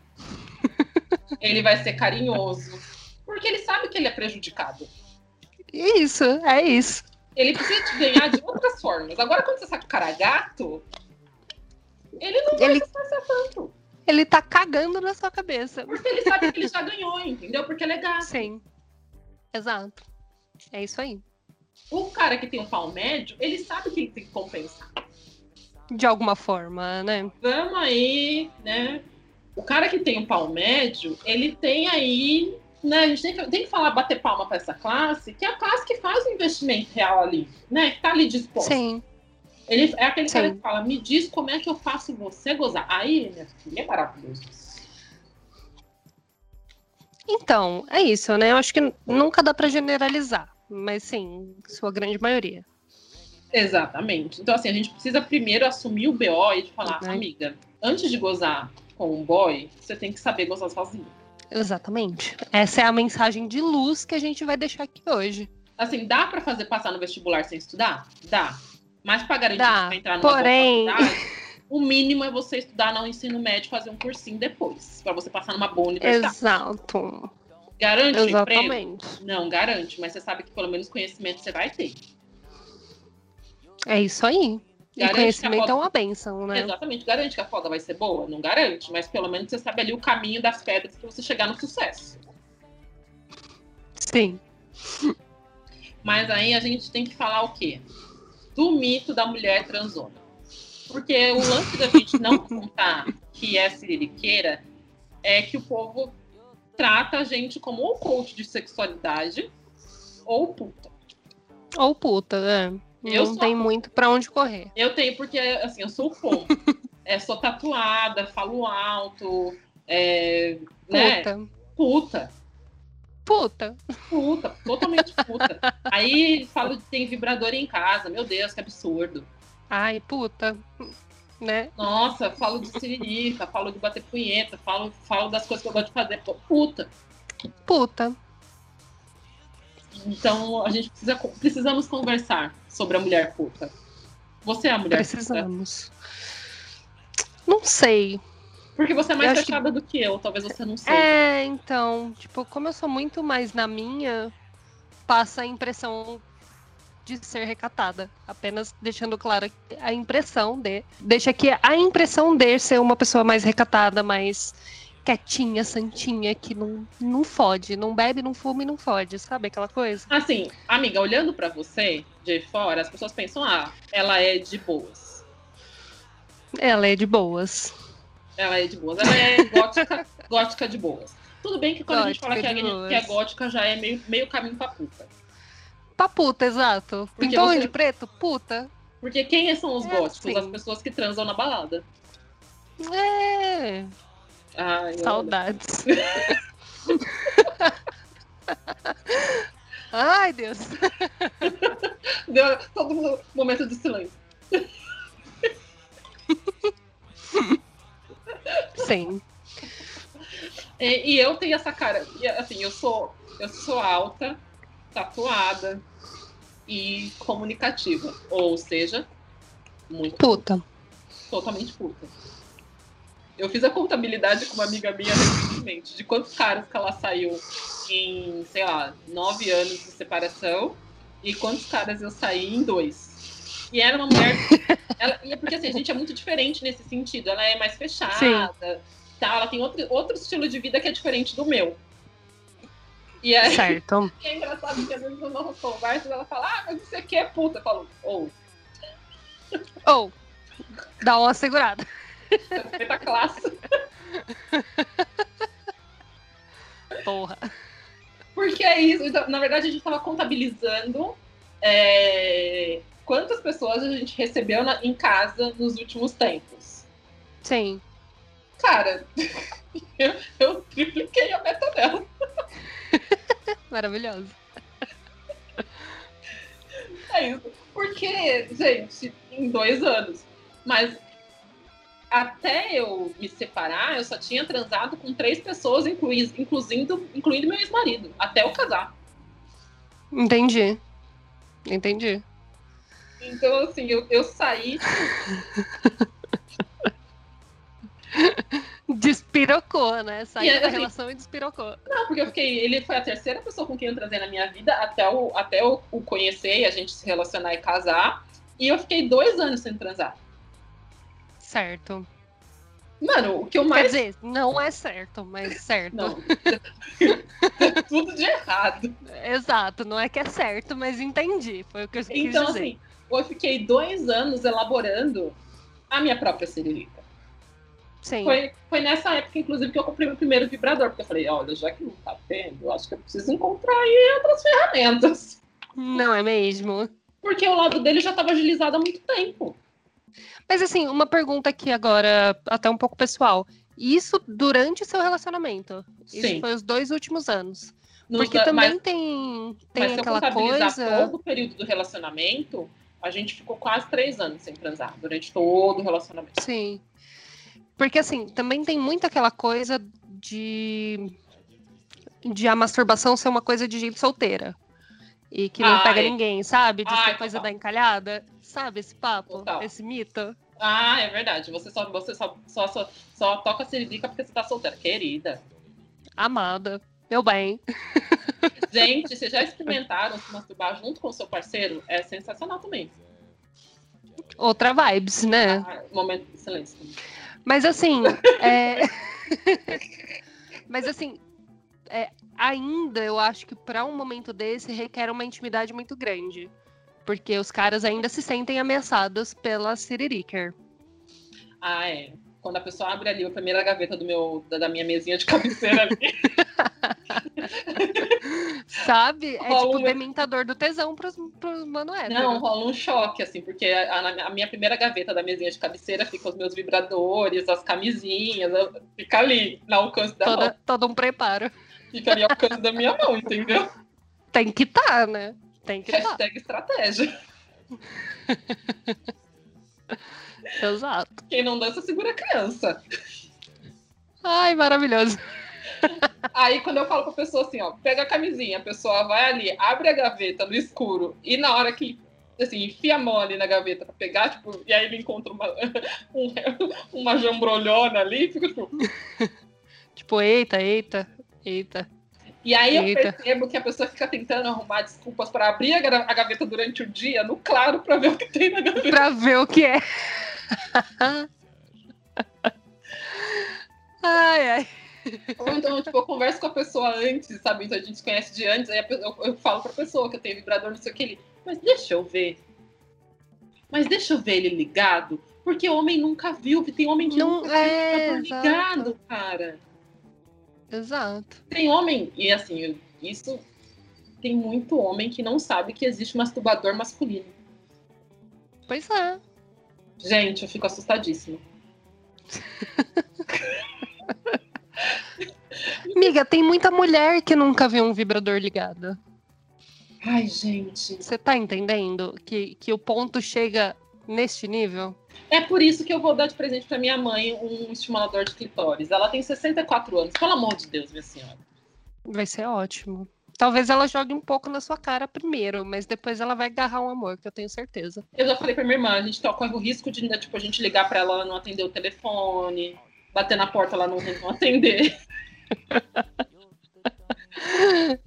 Speaker 1: ele vai ser carinhoso. Porque ele sabe que ele é prejudicado.
Speaker 2: Isso, é isso.
Speaker 1: Ele precisa te ganhar de outras formas. Agora, quando você saca o cara gato, ele não
Speaker 2: Ele-
Speaker 1: vai se esforçar tanto.
Speaker 2: Ele tá cagando na sua cabeça.
Speaker 1: Porque ele sabe que ele já ganhou, entendeu? Porque ele é gato.
Speaker 2: Sim. Exato. É isso aí.
Speaker 1: O cara que tem um pau médio, ele sabe que ele tem que compensar.
Speaker 2: De alguma forma, né?
Speaker 1: Vamos aí, né? O cara que tem um pau médio, ele tem aí. Né, a gente tem que, tem que falar, bater palma pra essa classe, que é a classe que faz o investimento real ali, né? Que tá ali disposto.
Speaker 2: Sim.
Speaker 1: Ele é aquele cara
Speaker 2: Sim.
Speaker 1: que fala, me diz como é que eu faço você gozar. Aí, minha filha, é maravilhoso.
Speaker 2: Então, é isso, né? Eu acho que nunca dá pra generalizar, mas sim, sua grande maioria.
Speaker 1: Exatamente. Então, assim, a gente precisa primeiro assumir o BO e de falar,
Speaker 2: Né?
Speaker 1: amiga, antes de gozar com um boy, você tem que saber gozar sozinho.
Speaker 2: Exatamente. Essa é a mensagem de luz que a gente vai deixar aqui hoje.
Speaker 1: Assim, dá pra fazer passar no vestibular sem estudar? Dá. Mas pra garantir
Speaker 2: Dá,
Speaker 1: que vai entrar numa
Speaker 2: porém-
Speaker 1: boa faculdade, o mínimo é você estudar no ensino médio, fazer um cursinho depois, pra você passar numa boa universidade.
Speaker 2: Exato.
Speaker 1: Garante o emprego?
Speaker 2: Exatamente.
Speaker 1: Não garante, mas você sabe que pelo menos conhecimento você vai ter.
Speaker 2: É isso aí.
Speaker 1: Garante
Speaker 2: e
Speaker 1: que a
Speaker 2: conhecimento
Speaker 1: foto-
Speaker 2: é uma bênção, né?
Speaker 1: Exatamente, garante que a foda vai ser boa? Não garante, mas pelo menos você sabe ali o caminho das pedras pra você chegar no sucesso.
Speaker 2: Sim.
Speaker 1: Mas aí a gente tem que falar o quê? Do mito da mulher transona. Porque o lance da gente não contar que é siririqueira é que o povo trata a gente como ou coach de sexualidade ou puta.
Speaker 2: Ou puta, né?
Speaker 1: Eu
Speaker 2: Não
Speaker 1: sou
Speaker 2: tem muito pra onde correr.
Speaker 1: Eu tenho, porque assim, eu sou o pombo. É, sou tatuada, falo alto, é, né?
Speaker 2: Puta.
Speaker 1: Puta.
Speaker 2: Puta.
Speaker 1: puta, totalmente puta. Aí eles falam que tem vibrador em casa. Meu Deus, que absurdo.
Speaker 2: Ai, puta. Né?
Speaker 1: Nossa, falo de siririca, falo de bater punheta, falo, falo das coisas que eu gosto de fazer. Pô, puta.
Speaker 2: Puta.
Speaker 1: Então a gente precisa, precisamos conversar sobre a mulher puta. Você é a mulher puta.
Speaker 2: Precisamos. Não sei.
Speaker 1: Porque você é
Speaker 2: Eu
Speaker 1: mais
Speaker 2: acho que-
Speaker 1: fechada do que eu, talvez você não saiba.
Speaker 2: É, então, tipo, como eu sou muito mais na minha, passa a impressão de ser recatada. Apenas deixando claro a impressão de. Deixa aqui a impressão de ser uma pessoa mais recatada, mais quietinha, santinha, que não, não fode, não bebe, não fuma e não fode, sabe aquela coisa?
Speaker 1: Assim, amiga, olhando pra você de fora, as pessoas pensam, ah, ela é de boas.
Speaker 2: Ela é de boas.
Speaker 1: Ela é de boas. Ela é gótica, gótica de boas. Tudo bem que quando a gente
Speaker 2: Gótica
Speaker 1: fala que,
Speaker 2: de
Speaker 1: alguém-
Speaker 2: boas.
Speaker 1: que é gótica, já é meio, meio caminho pra puta.
Speaker 2: Pra puta, exato.
Speaker 1: Porque
Speaker 2: Pintou
Speaker 1: você-
Speaker 2: de preto? Puta.
Speaker 1: Porque quem são os
Speaker 2: É,
Speaker 1: góticos?
Speaker 2: sim.
Speaker 1: As pessoas que transam na balada.
Speaker 2: É.
Speaker 1: Ai, olha.
Speaker 2: Saudades. Ai, Deus.
Speaker 1: Deu todo mundo- momento de silêncio.
Speaker 2: Sim.
Speaker 1: E, e eu tenho essa cara. e, assim, eu sou, eu sou alta, tatuada e comunicativa. Ou seja, muito
Speaker 2: Puta.
Speaker 1: totalmente puta. Eu fiz a contabilidade com uma amiga minha recentemente de quantos caras que ela saiu em, sei lá, nove anos de separação e quantos caras eu saí em dois. E era uma mulher. ela, e é porque assim, a gente é muito diferente nesse sentido. Ela é mais fechada,
Speaker 2: Sim.
Speaker 1: tal, ela tem outro, outro estilo de vida que é diferente do meu. E aí,
Speaker 2: Certo.
Speaker 1: é engraçado que às vezes eu não converso ela fala, ah, mas você quer puta. Eu falo, ou,
Speaker 2: Ou, dá uma segurada.
Speaker 1: oh, tá classe.
Speaker 2: Porra.
Speaker 1: Porque é isso. Então, na verdade, a gente estava contabilizando é, quantas pessoas a gente recebeu na- em casa nos últimos tempos.
Speaker 2: Sim.
Speaker 1: Cara, eu, eu tripliquei a meta dela.
Speaker 2: Maravilhoso.
Speaker 1: É isso. Porque, gente, em dois anos. Mas até eu me separar, eu só tinha transado com três pessoas, inclui- incluindo, incluindo meu ex-marido, até eu casar.
Speaker 2: Entendi. Entendi.
Speaker 1: Então, assim, eu, eu saí.
Speaker 2: Despirocou, né?
Speaker 1: E
Speaker 2: Saiu
Speaker 1: é
Speaker 2: da
Speaker 1: assim-
Speaker 2: relação e despirocou.
Speaker 1: Não, porque eu fiquei. Ele foi a terceira pessoa com quem eu transei na minha vida até o, até eu o conhecer e a gente se relacionar e casar. E eu fiquei dois anos sem transar.
Speaker 2: Certo.
Speaker 1: Mano, o que eu
Speaker 2: Quer
Speaker 1: mais.
Speaker 2: dizer, então. não é certo, mas certo.
Speaker 1: Não. É Tudo de errado.
Speaker 2: Exato, não é que é certo, mas entendi. Foi o que eu quis
Speaker 1: Então,
Speaker 2: dizer.
Speaker 1: assim, eu fiquei dois anos elaborando a minha própria cirilica.
Speaker 2: Sim.
Speaker 1: Foi, foi nessa época, inclusive, que eu comprei meu primeiro vibrador. Porque eu falei, olha, já que não tá tendo, eu acho que eu preciso encontrar aí outras ferramentas.
Speaker 2: Não é mesmo?
Speaker 1: Porque o lado dele já estava agilizado há muito tempo.
Speaker 2: Mas assim, uma pergunta aqui agora, até um pouco pessoal. Isso durante o seu relacionamento. Isso
Speaker 1: Sim.
Speaker 2: foi os dois últimos anos.
Speaker 1: Nos
Speaker 2: Porque
Speaker 1: da-
Speaker 2: também
Speaker 1: mas-
Speaker 2: tem, tem
Speaker 1: mas se eu
Speaker 2: aquela
Speaker 1: contabilizar
Speaker 2: coisa.
Speaker 1: todo o período do relacionamento, a gente ficou quase três anos sem transar, durante todo o relacionamento.
Speaker 2: Sim. Porque assim, também tem muito aquela coisa de. de a masturbação ser uma coisa de gente solteira. E que não
Speaker 1: Ai.
Speaker 2: pega ninguém, sabe? De
Speaker 1: Ai,
Speaker 2: ser coisa
Speaker 1: total.
Speaker 2: da encalhada. Sabe esse papo?
Speaker 1: Total.
Speaker 2: Esse mito?
Speaker 1: Ah, é verdade. Você só, você só, só, só, só toca cirilica porque você tá solteira. Querida.
Speaker 2: Amada. Meu bem.
Speaker 1: Gente, vocês já experimentaram se masturbar junto com o seu parceiro? É sensacional também.
Speaker 2: Outra vibes, né?
Speaker 1: Ah, momento de silêncio.
Speaker 2: Mas assim, é... mas assim, é, ainda eu acho que para um momento desse requer uma intimidade muito grande, porque os caras ainda se sentem ameaçados pela Siririker.
Speaker 1: Ah, é. Quando a pessoa abre ali a primeira gaveta do meu, da, da minha mesinha de cabeceira ali,
Speaker 2: Sabe? É
Speaker 1: Rola
Speaker 2: tipo o
Speaker 1: um-
Speaker 2: dementador do tesão pros, pros mano hétero.
Speaker 1: Não, rola um choque, assim, porque a, a- a minha primeira gaveta da mesinha de cabeceira fica os meus vibradores, as camisinhas, eu- fica ali, no alcance da mão,
Speaker 2: Toda, todo um preparo.
Speaker 1: fica ali ao alcance da minha mão, entendeu?
Speaker 2: Tem que estar, né? Tem que estar.
Speaker 1: Hashtag estratégia.
Speaker 2: Exato.
Speaker 1: Quem não dança, segura a criança.
Speaker 2: Ai, maravilhoso.
Speaker 1: Aí quando eu falo pra pessoa assim, ó, pega a camisinha, a pessoa vai ali, abre a gaveta no escuro, e na hora que, assim, enfia a mão ali na gaveta pra pegar, tipo, e aí ele encontra uma, um- uma jambrolhona ali, fica tipo,
Speaker 2: Tipo, eita, eita, eita.
Speaker 1: E aí eu
Speaker 2: Eita.
Speaker 1: percebo que a pessoa fica tentando arrumar desculpas para abrir a gra- a gaveta durante o dia, no claro, para ver o que tem na gaveta.
Speaker 2: pra ver o que é. ai, ai.
Speaker 1: Ou então, tipo, eu converso com a pessoa antes, sabe? Então a gente se conhece de antes, aí a pe- eu, eu falo pra pessoa que eu tenho vibrador, não sei o que ele. Mas deixa eu ver. Mas deixa eu ver ele ligado. Porque homem nunca viu, que tem homem que
Speaker 2: Não-
Speaker 1: nunca viu
Speaker 2: é,
Speaker 1: vibrador
Speaker 2: exato.
Speaker 1: ligado, cara.
Speaker 2: Exato.
Speaker 1: Tem homem, e assim, eu- isso tem muito homem que não sabe que existe um masturbador masculino.
Speaker 2: Pois é.
Speaker 1: Gente, eu fico assustadíssima.
Speaker 2: Amiga, tem muita mulher que nunca viu um vibrador ligado.
Speaker 1: Ai, gente.
Speaker 2: Você tá entendendo que, que o ponto chega neste nível?
Speaker 1: É por isso que eu vou dar de presente pra minha mãe um estimulador de clitóris. Ela tem 64 anos. Pelo amor de Deus, minha senhora.
Speaker 2: Vai ser ótimo. Talvez ela jogue um pouco na sua cara primeiro, mas depois ela vai agarrar um amor, que eu tenho certeza.
Speaker 1: Eu já falei pra minha irmã, a gente tá corre o risco de ainda, tipo, a gente ligar pra ela, ela não atender o telefone, bater na porta, ela não, não atender.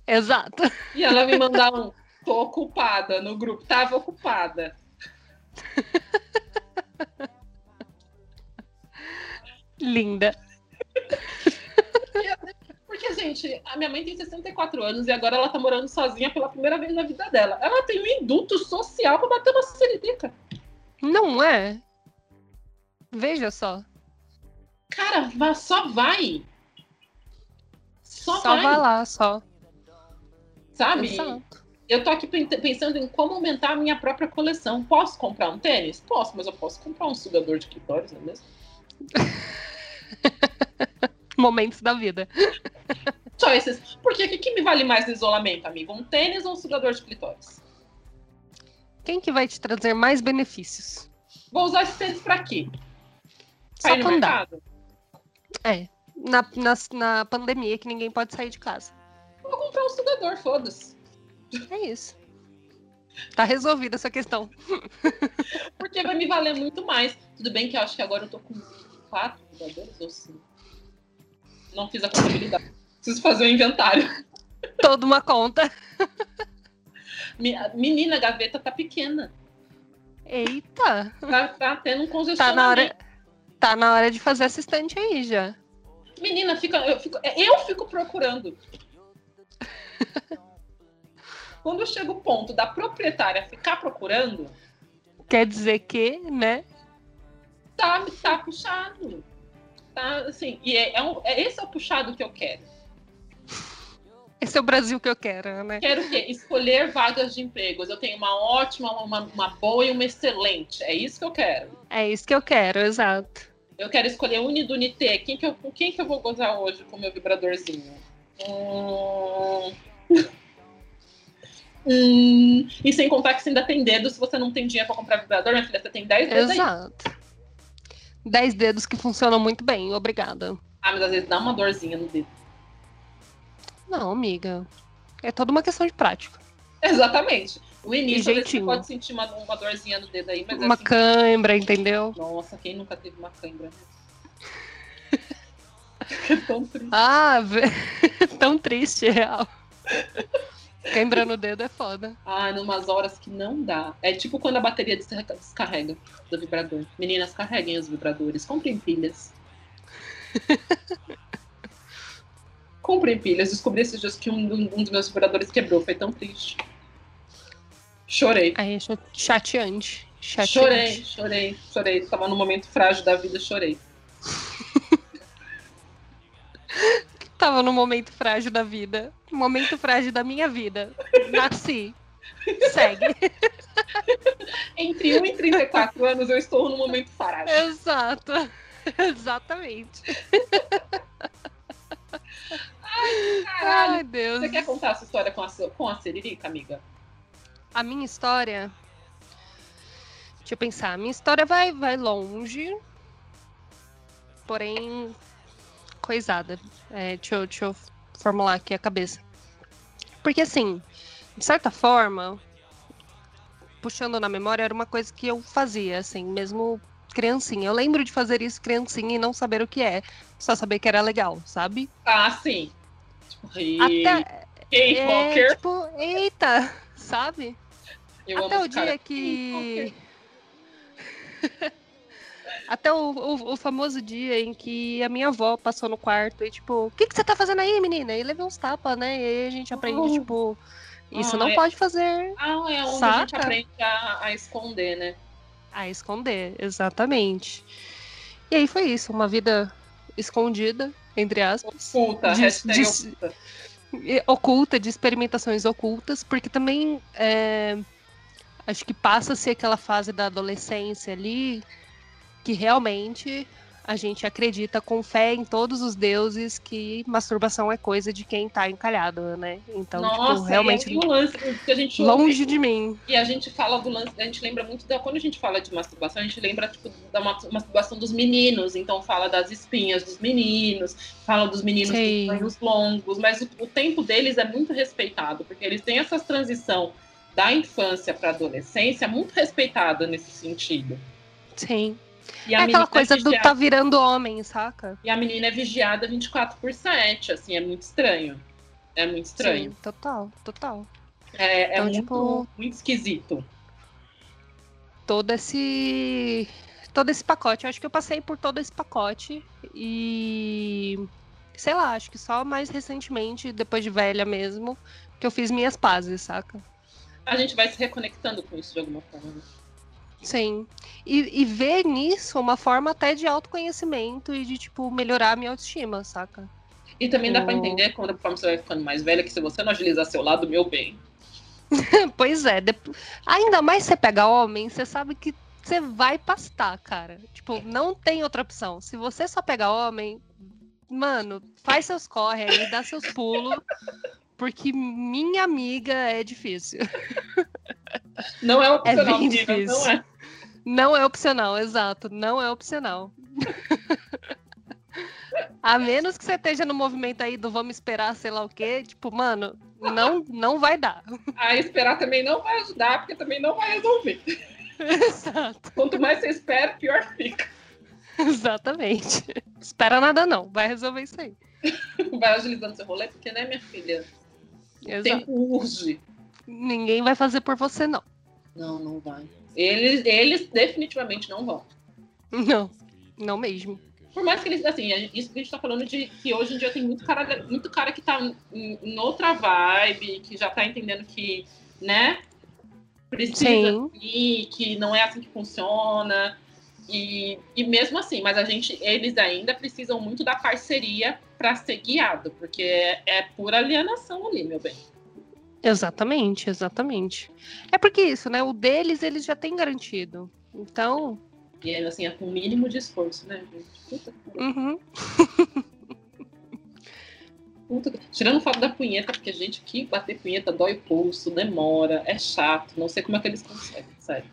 Speaker 2: Exato.
Speaker 1: E ela me mandar um, tô ocupada no grupo. Tava ocupada.
Speaker 2: Linda.
Speaker 1: Porque, gente, a minha mãe tem 64 anos e agora ela tá morando sozinha pela primeira vez na vida dela. Ela tem um induto social pra bater uma seredica.
Speaker 2: Não é? Veja só.
Speaker 1: Cara, vá- só vai. Só,
Speaker 2: Só, vai.
Speaker 1: vai,
Speaker 2: lá, só.
Speaker 1: sabe?
Speaker 2: Exato.
Speaker 1: Eu tô aqui pen- pensando em como aumentar a minha própria coleção. Posso comprar um tênis? Posso, mas eu posso comprar um sugador de clitóris, não é mesmo?
Speaker 2: Momentos da vida.
Speaker 1: Só esses. Porque o que, que me vale mais no isolamento, amigo? Um tênis ou um sugador de clitóris?
Speaker 2: Quem que vai te trazer mais benefícios?
Speaker 1: Vou usar esse tênis pra quê? Pra
Speaker 2: Só
Speaker 1: ir no
Speaker 2: pra andar.
Speaker 1: mercado?
Speaker 2: É. Na, na, na pandemia que ninguém pode sair de casa.
Speaker 1: Vou comprar um sugador, foda-se.
Speaker 2: É isso. Tá resolvida essa questão.
Speaker 1: Porque vai me valer muito mais. Tudo bem que eu acho que agora eu tô com quatro sugadores ou cinco. Não fiz a contabilidade. Preciso fazer o inventário.
Speaker 2: Toda uma conta.
Speaker 1: Me- Menina, a gaveta tá pequena.
Speaker 2: Eita!
Speaker 1: Tá, tá tendo um
Speaker 2: Tá
Speaker 1: congestionamento.
Speaker 2: na hora. Tá na hora de fazer assistente aí já.
Speaker 1: Menina, fica, eu, fico, é, eu fico procurando. Quando chega o ponto da proprietária ficar procurando,
Speaker 2: Quer dizer que, né?
Speaker 1: tá, tá puxado. Tá, assim, e é, é um- é- esse é o puxado que eu quero.
Speaker 2: Esse é o Brasil que eu quero, né?
Speaker 1: Quero o quê? Escolher vagas de empregos. Eu tenho uma ótima, uma, uma boa e uma excelente. É isso que eu quero.
Speaker 2: É isso que eu quero, exato.
Speaker 1: Eu quero escolher Uni do Unité. Quem que eu, com quem que eu vou gozar hoje com o meu vibradorzinho? Hum... Hum, E sem contar que você ainda tem dedo, se você não tem dinheiro pra comprar vibrador, minha filha, você tem 10 dedos É aí.
Speaker 2: Exato. Dez dedos que funcionam muito bem, obrigada.
Speaker 1: Ah, mas às vezes dá uma dorzinha no dedo.
Speaker 2: Não, amiga. É toda uma questão de prática.
Speaker 1: Exatamente. O início, às vezes, você
Speaker 2: jeitinho.
Speaker 1: pode sentir uma, uma dorzinha no dedo aí, mas é
Speaker 2: Uma
Speaker 1: assim,
Speaker 2: cãibra, entendeu?
Speaker 1: Nossa, quem nunca teve uma cãibra? Fica tão triste.
Speaker 2: Ah, ve- tão triste, é real. Cãibra no dedo é foda.
Speaker 1: Ah, numas horas que não dá. É tipo quando a bateria descarrega, descarrega do vibrador. Meninas, carreguem os vibradores. Comprem pilhas. Comprem pilhas. Descobri esses dias que um, um dos meus vibradores quebrou. Foi tão triste. Chorei.
Speaker 2: Aí é cha- chateante. chateante.
Speaker 1: Chorei, chorei, chorei. Estava num momento frágil da vida, chorei.
Speaker 2: Tava num momento frágil da vida. Momento frágil da minha vida. Nasci. Segue.
Speaker 1: Entre 1 e 34 anos, eu estou num momento
Speaker 2: É,
Speaker 1: frágil.
Speaker 2: Exato. Exatamente.
Speaker 1: Caralho.
Speaker 2: Ai, Deus.
Speaker 1: Você quer contar a sua história com a, sua- com a Ceririca, amiga?
Speaker 2: A minha história. Deixa eu pensar. A minha história vai, vai longe. Porém, coisada. É, deixa, eu, deixa eu formular aqui a cabeça. Porque, assim, de certa forma, puxando na memória, era uma coisa que eu fazia, assim, mesmo criancinha. Eu lembro de fazer isso criancinha e não saber o que é. Só saber que era legal, sabe?
Speaker 1: Ah, sim. Tipo,
Speaker 2: Até,
Speaker 1: Kate
Speaker 2: é,
Speaker 1: Walker.
Speaker 2: tipo, eita, sabe?
Speaker 1: Eu
Speaker 2: Até
Speaker 1: amo
Speaker 2: o
Speaker 1: esse cara.
Speaker 2: dia que.
Speaker 1: é?
Speaker 2: Até o, o- o famoso dia em que a minha avó passou no quarto e, tipo, o que, que você tá fazendo aí, menina? E levei uns tapas, né? E aí a gente aprende,
Speaker 1: Oh.
Speaker 2: tipo, isso
Speaker 1: Ah,
Speaker 2: não
Speaker 1: é.
Speaker 2: pode fazer
Speaker 1: Ah, é onde a gente
Speaker 2: Saca?
Speaker 1: aprende a, a esconder, né?
Speaker 2: a esconder, exatamente. E aí foi isso, uma vida escondida, entre aspas.
Speaker 1: Oculta,
Speaker 2: De-
Speaker 1: hashtag é
Speaker 2: de-
Speaker 1: oculta.
Speaker 2: e- oculta, de experimentações ocultas, porque também é, acho que passa-se aquela fase da adolescência ali que realmente a gente acredita com fé em todos os deuses que masturbação é coisa de quem tá encalhado, né? Então,
Speaker 1: Nossa,
Speaker 2: tipo,
Speaker 1: realmente...
Speaker 2: realmente
Speaker 1: e é aí o lance que a gente
Speaker 2: longe de mim.
Speaker 1: E a gente fala do lance, a gente lembra muito da. Quando a gente fala de masturbação, a gente lembra tipo, da ma- masturbação dos meninos. Então fala das espinhas dos meninos, fala dos meninos com
Speaker 2: Sim.
Speaker 1: banhos longos, mas o, o tempo deles é muito respeitado, porque eles têm essa transição da infância para adolescência muito respeitada nesse sentido.
Speaker 2: Sim.
Speaker 1: E
Speaker 2: É
Speaker 1: a
Speaker 2: aquela
Speaker 1: menina
Speaker 2: coisa
Speaker 1: é
Speaker 2: do
Speaker 1: vigiada,
Speaker 2: tá virando homem, saca?
Speaker 1: e a menina é vigiada 24 por 7, assim, é muito estranho. É muito estranho.
Speaker 2: Sim, total, total.
Speaker 1: É, é
Speaker 2: Então,
Speaker 1: muito,
Speaker 2: tipo-
Speaker 1: muito esquisito.
Speaker 2: todo esse todo esse pacote. Eu acho que eu passei por todo esse pacote e sei lá, acho que só mais recentemente, depois de velha mesmo, que eu fiz minhas pazes, saca?
Speaker 1: A gente vai se reconectando com isso de alguma forma. né?
Speaker 2: Sim. E, e ver nisso uma forma até de autoconhecimento e de, tipo, melhorar a minha autoestima, saca?
Speaker 1: E também dá pra
Speaker 2: Hum.
Speaker 1: entender quando conforme você vai ficando mais velha que se você não agilizar seu lado, meu bem.
Speaker 2: Pois é, dep- ainda mais você pega homem, você sabe que você vai pastar, cara. Tipo, não tem outra opção. Se você só pega homem, mano, faz seus corre aí, dá seus pulos, porque minha amiga é difícil.
Speaker 1: Não é opcional,
Speaker 2: bem
Speaker 1: amiga, não
Speaker 2: difícil.
Speaker 1: é.
Speaker 2: Não é opcional, exato, não é opcional. A menos que você esteja no movimento aí do vamos esperar, sei lá o quê, tipo, mano, não não vai dar.
Speaker 1: A esperar também não vai ajudar, porque também não vai resolver.
Speaker 2: Exato.
Speaker 1: Quanto mais você espera, pior fica.
Speaker 2: Exatamente. Espera nada, não. Vai resolver isso aí.
Speaker 1: Vai agilizando seu rolê, porque, né, minha filha? O
Speaker 2: Exato.
Speaker 1: tempo urge.
Speaker 2: Ninguém vai fazer por você, não.
Speaker 1: Não, não vai. Eles, eles definitivamente não vão.
Speaker 2: Não. Não mesmo.
Speaker 1: Por mais que eles, assim, a gente- isso que a gente tá falando de que hoje em dia tem muito cara, muito cara que tá em, em outra vibe, que já tá entendendo que, né, precisa
Speaker 2: Sim.
Speaker 1: ir, que não é assim que funciona. E, e mesmo assim, mas a gente, eles ainda precisam muito da parceria pra ser guiado, porque é, é pura alienação ali, meu bem.
Speaker 2: Exatamente, exatamente. É porque isso, né? O deles, eles já têm garantido. Então.
Speaker 1: E assim, é com o mínimo de esforço, né, gente? Puta que
Speaker 2: uhum.
Speaker 1: Puta que- Tirando foto da punheta, porque, gente, que bater punheta dói o pulso, demora, é chato. Não sei como é que eles conseguem, sério.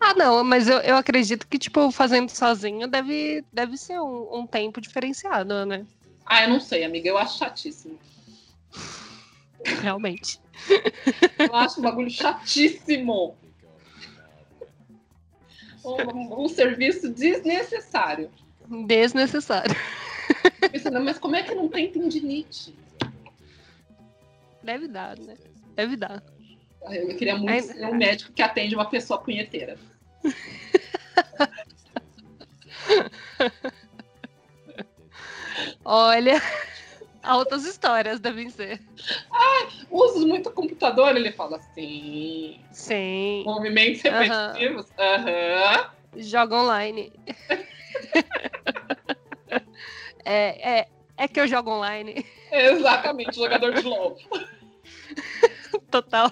Speaker 2: Ah, não, mas eu, eu acredito que, tipo, fazendo sozinho deve, deve ser um, um tempo diferenciado, né?
Speaker 1: Ah, eu não sei, amiga. Eu acho chatíssimo.
Speaker 2: Realmente.
Speaker 1: Eu acho o bagulho chatíssimo. Um, um serviço desnecessário.
Speaker 2: Desnecessário.
Speaker 1: Pensando, mas como é que não tem tendinite?
Speaker 2: Deve dar, né? Deve dar.
Speaker 1: Ah, Eu queria muito
Speaker 2: Ai,
Speaker 1: ser um médico que atende uma pessoa punheteira.
Speaker 2: Olha, altas histórias devem ser.
Speaker 1: Usos muito computador, ele fala assim.
Speaker 2: Sim.
Speaker 1: Movimentos
Speaker 2: Aham.
Speaker 1: repetitivos. Aham.
Speaker 2: Joga online. é, é, é que eu jogo online,
Speaker 1: Exatamente, jogador de LOL.
Speaker 2: total.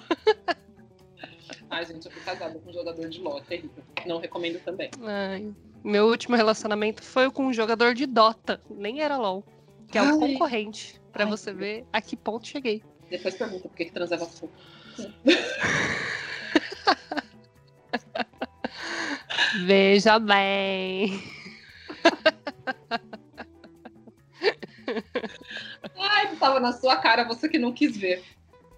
Speaker 1: Ai, gente, eu fui casada com um jogador de LOL, é terrível. Não recomendo também.
Speaker 2: Ai, meu último relacionamento foi com um jogador de Dota, nem era LOL, que é um
Speaker 1: Ai.
Speaker 2: concorrente, Pra
Speaker 1: Ai.
Speaker 2: você ver a que ponto cheguei.
Speaker 1: Depois pergunta por que, que transava pouco.
Speaker 2: Veja bem.
Speaker 1: Ai, tava na sua cara, você que não quis ver.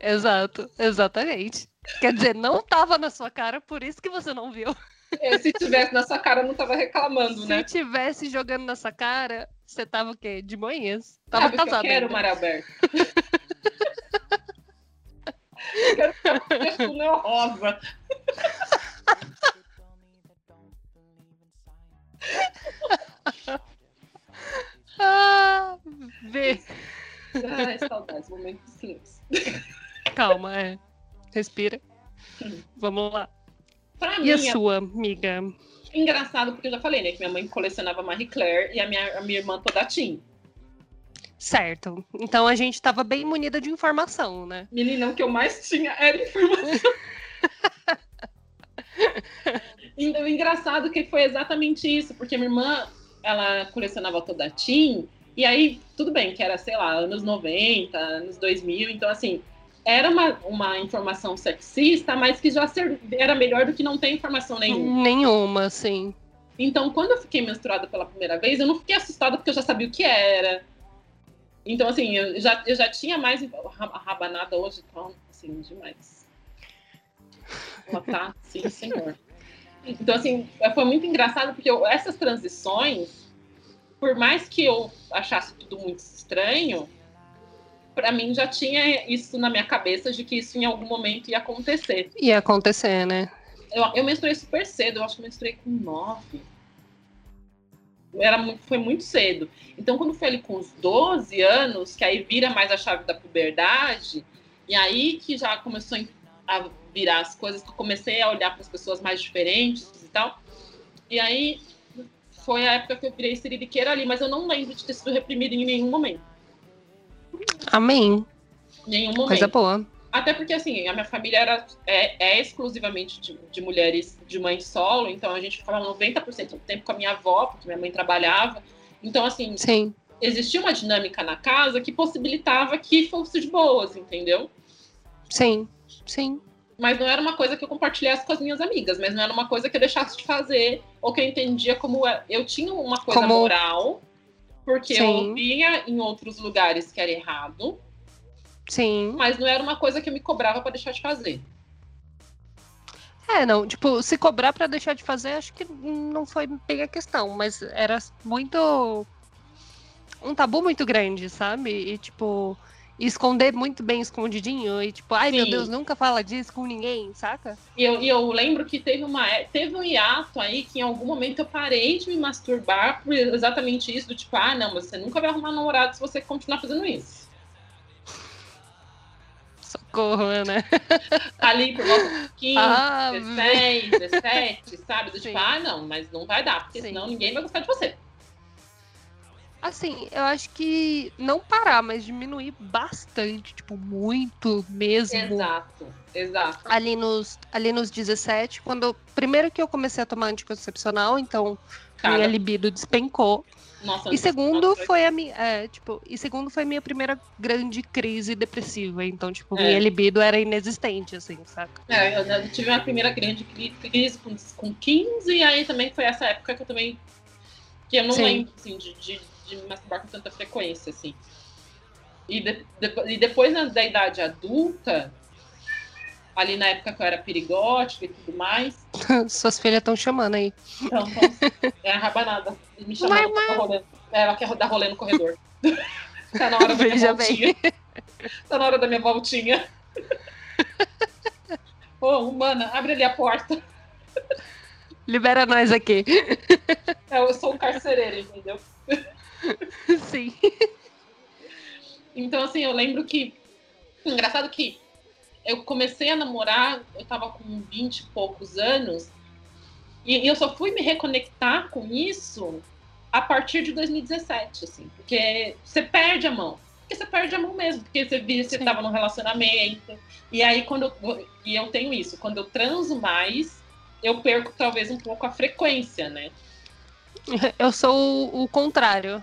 Speaker 2: Exato, exatamente. Quer dizer, não tava na sua cara, por isso que você não viu.
Speaker 1: É, Se tivesse na sua cara, eu não tava reclamando,
Speaker 2: Se
Speaker 1: né?
Speaker 2: tivesse jogando nessa cara, você tava o quê? De manhãs. Tava
Speaker 1: Sabe o que eu
Speaker 2: casado.
Speaker 1: quero, Maria Alberta? Eu quero ficar com o né? texto meu rosa.
Speaker 2: Ah, vê.
Speaker 1: Ai, saudades, momento de silêncio.
Speaker 2: Calma, é. Respira. Vamos lá.
Speaker 1: Pra mim,
Speaker 2: E a
Speaker 1: é
Speaker 2: sua, amiga?
Speaker 1: engraçado, porque eu já falei, né? Que minha mãe colecionava Marie Claire e a minha, a minha irmã toda Tim.
Speaker 2: Certo. Então a gente tava bem munida de informação, né?
Speaker 1: Menina, o que eu mais tinha era informação. e Então, o engraçado que foi exatamente isso, porque minha irmã, ela colecionava toda a Tim, e aí, tudo bem, que era, sei lá, anos 90, anos 2000, então assim, era uma, uma informação sexista, mas que já ser- era melhor do que não ter informação nenhuma.
Speaker 2: Nenhuma, sim.
Speaker 1: Então, quando eu fiquei menstruada pela primeira vez, eu não fiquei assustada porque eu já sabia o que era. Então, assim, eu já, eu já tinha mais. A rabanada hoje tá, assim, demais. Ela tá, sim, senhor. Então, assim, foi muito engraçado porque eu- essas transições, por mais que eu achasse tudo muito estranho, pra mim já tinha isso na minha cabeça de que isso em algum momento ia acontecer.
Speaker 2: Ia acontecer, né?
Speaker 1: Eu, eu menstruei super cedo, eu acho que menstruei com nove. Era muito, foi muito cedo. Então, quando foi ali com os 12 anos, que aí vira mais a chave da puberdade, e aí que já começou a virar as coisas, que eu comecei a olhar para as pessoas mais diferentes e tal. E aí foi a época que eu virei siririqueira ali, mas eu não lembro de ter sido reprimida em nenhum momento.
Speaker 2: Amém.
Speaker 1: Nenhum momento.
Speaker 2: Coisa boa.
Speaker 1: Até porque, assim, a minha família era, é, é exclusivamente de, de mulheres de mãe solo, então a gente ficava 90% do tempo com a minha avó, porque minha mãe trabalhava. Então, assim,
Speaker 2: Sim.
Speaker 1: existia uma dinâmica na casa que possibilitava que fosse de boas, entendeu?
Speaker 2: Sim. Sim.
Speaker 1: Mas não era uma coisa que eu compartilhasse com as minhas amigas, mas não era uma coisa que eu deixasse de fazer, ou que eu entendia como. é- Eu tinha uma coisa
Speaker 2: Como-
Speaker 1: moral, porque eu
Speaker 2: Sim.
Speaker 1: ouvia em outros lugares que era errado,
Speaker 2: Sim.
Speaker 1: mas não era uma coisa que eu me cobrava para deixar de fazer.
Speaker 2: É, não, tipo, se cobrar pra deixar de fazer, acho que não foi bem a questão, mas era muito. Um tabu muito grande, sabe? E, tipo, esconder muito bem escondidinho. E, tipo, ai meu
Speaker 1: Sim.
Speaker 2: Deus, nunca fala disso com ninguém, saca?
Speaker 1: E eu, e eu lembro que teve uma é- teve um hiato aí que em algum momento eu parei de me masturbar por exatamente isso, do tipo, ah, não, mas você nunca vai arrumar namorado se você continuar fazendo isso.
Speaker 2: Socorro, né?
Speaker 1: Ali por volta de 15,
Speaker 2: Ah,
Speaker 1: 16, 17, sabe? Do
Speaker 2: Sim.
Speaker 1: tipo, ah, não, mas não vai dar, porque
Speaker 2: Sim.
Speaker 1: senão ninguém vai gostar de você.
Speaker 2: Assim, eu acho que não parar, mas diminuir bastante, tipo, muito mesmo.
Speaker 1: Exato, exato.
Speaker 2: ali nos, ali nos 17, quando primeiro que eu comecei a tomar anticoncepcional, então
Speaker 1: Cara,
Speaker 2: minha libido despencou.
Speaker 1: nossa,
Speaker 2: E segundo
Speaker 1: nossa,
Speaker 2: foi a minha, é, tipo, e segundo foi minha primeira grande crise depressiva, então tipo,
Speaker 1: É.
Speaker 2: minha libido era inexistente assim, saca?
Speaker 1: é, eu- eu tive uma primeira grande cri- crise com, com 15, e aí também foi essa época que eu também. que eu não
Speaker 2: Sim.
Speaker 1: lembro, assim, de, de, de me masturbar com tanta frequência, assim. E, de- de- e depois na- da idade adulta, ali na época que eu era perigótica e tudo mais,
Speaker 2: Suas filhas estão chamando aí.
Speaker 1: então, então, é a rabanada. E me chamaram pra dar rolê. É, Ela quer dar rolê no corredor. tá na hora da minha
Speaker 2: Veja
Speaker 1: voltinha. Tá na hora da minha voltinha. Ô, humana, abre ali a porta.
Speaker 2: Libera nós aqui.
Speaker 1: É, Eu sou um carcereiro, entendeu?
Speaker 2: Sim.
Speaker 1: Então, assim, eu lembro que. Engraçado que eu comecei a namorar, eu tava com 20 e poucos anos, e, e eu só fui me reconectar com isso a partir de 2017, assim, porque você perde a mão. Porque você perde a mão mesmo, porque você via que você
Speaker 2: Sim.
Speaker 1: tava num relacionamento. E aí quando eu, e eu tenho isso, quando eu transo mais, eu perco talvez um pouco a frequência, né?
Speaker 2: Eu sou o, o contrário.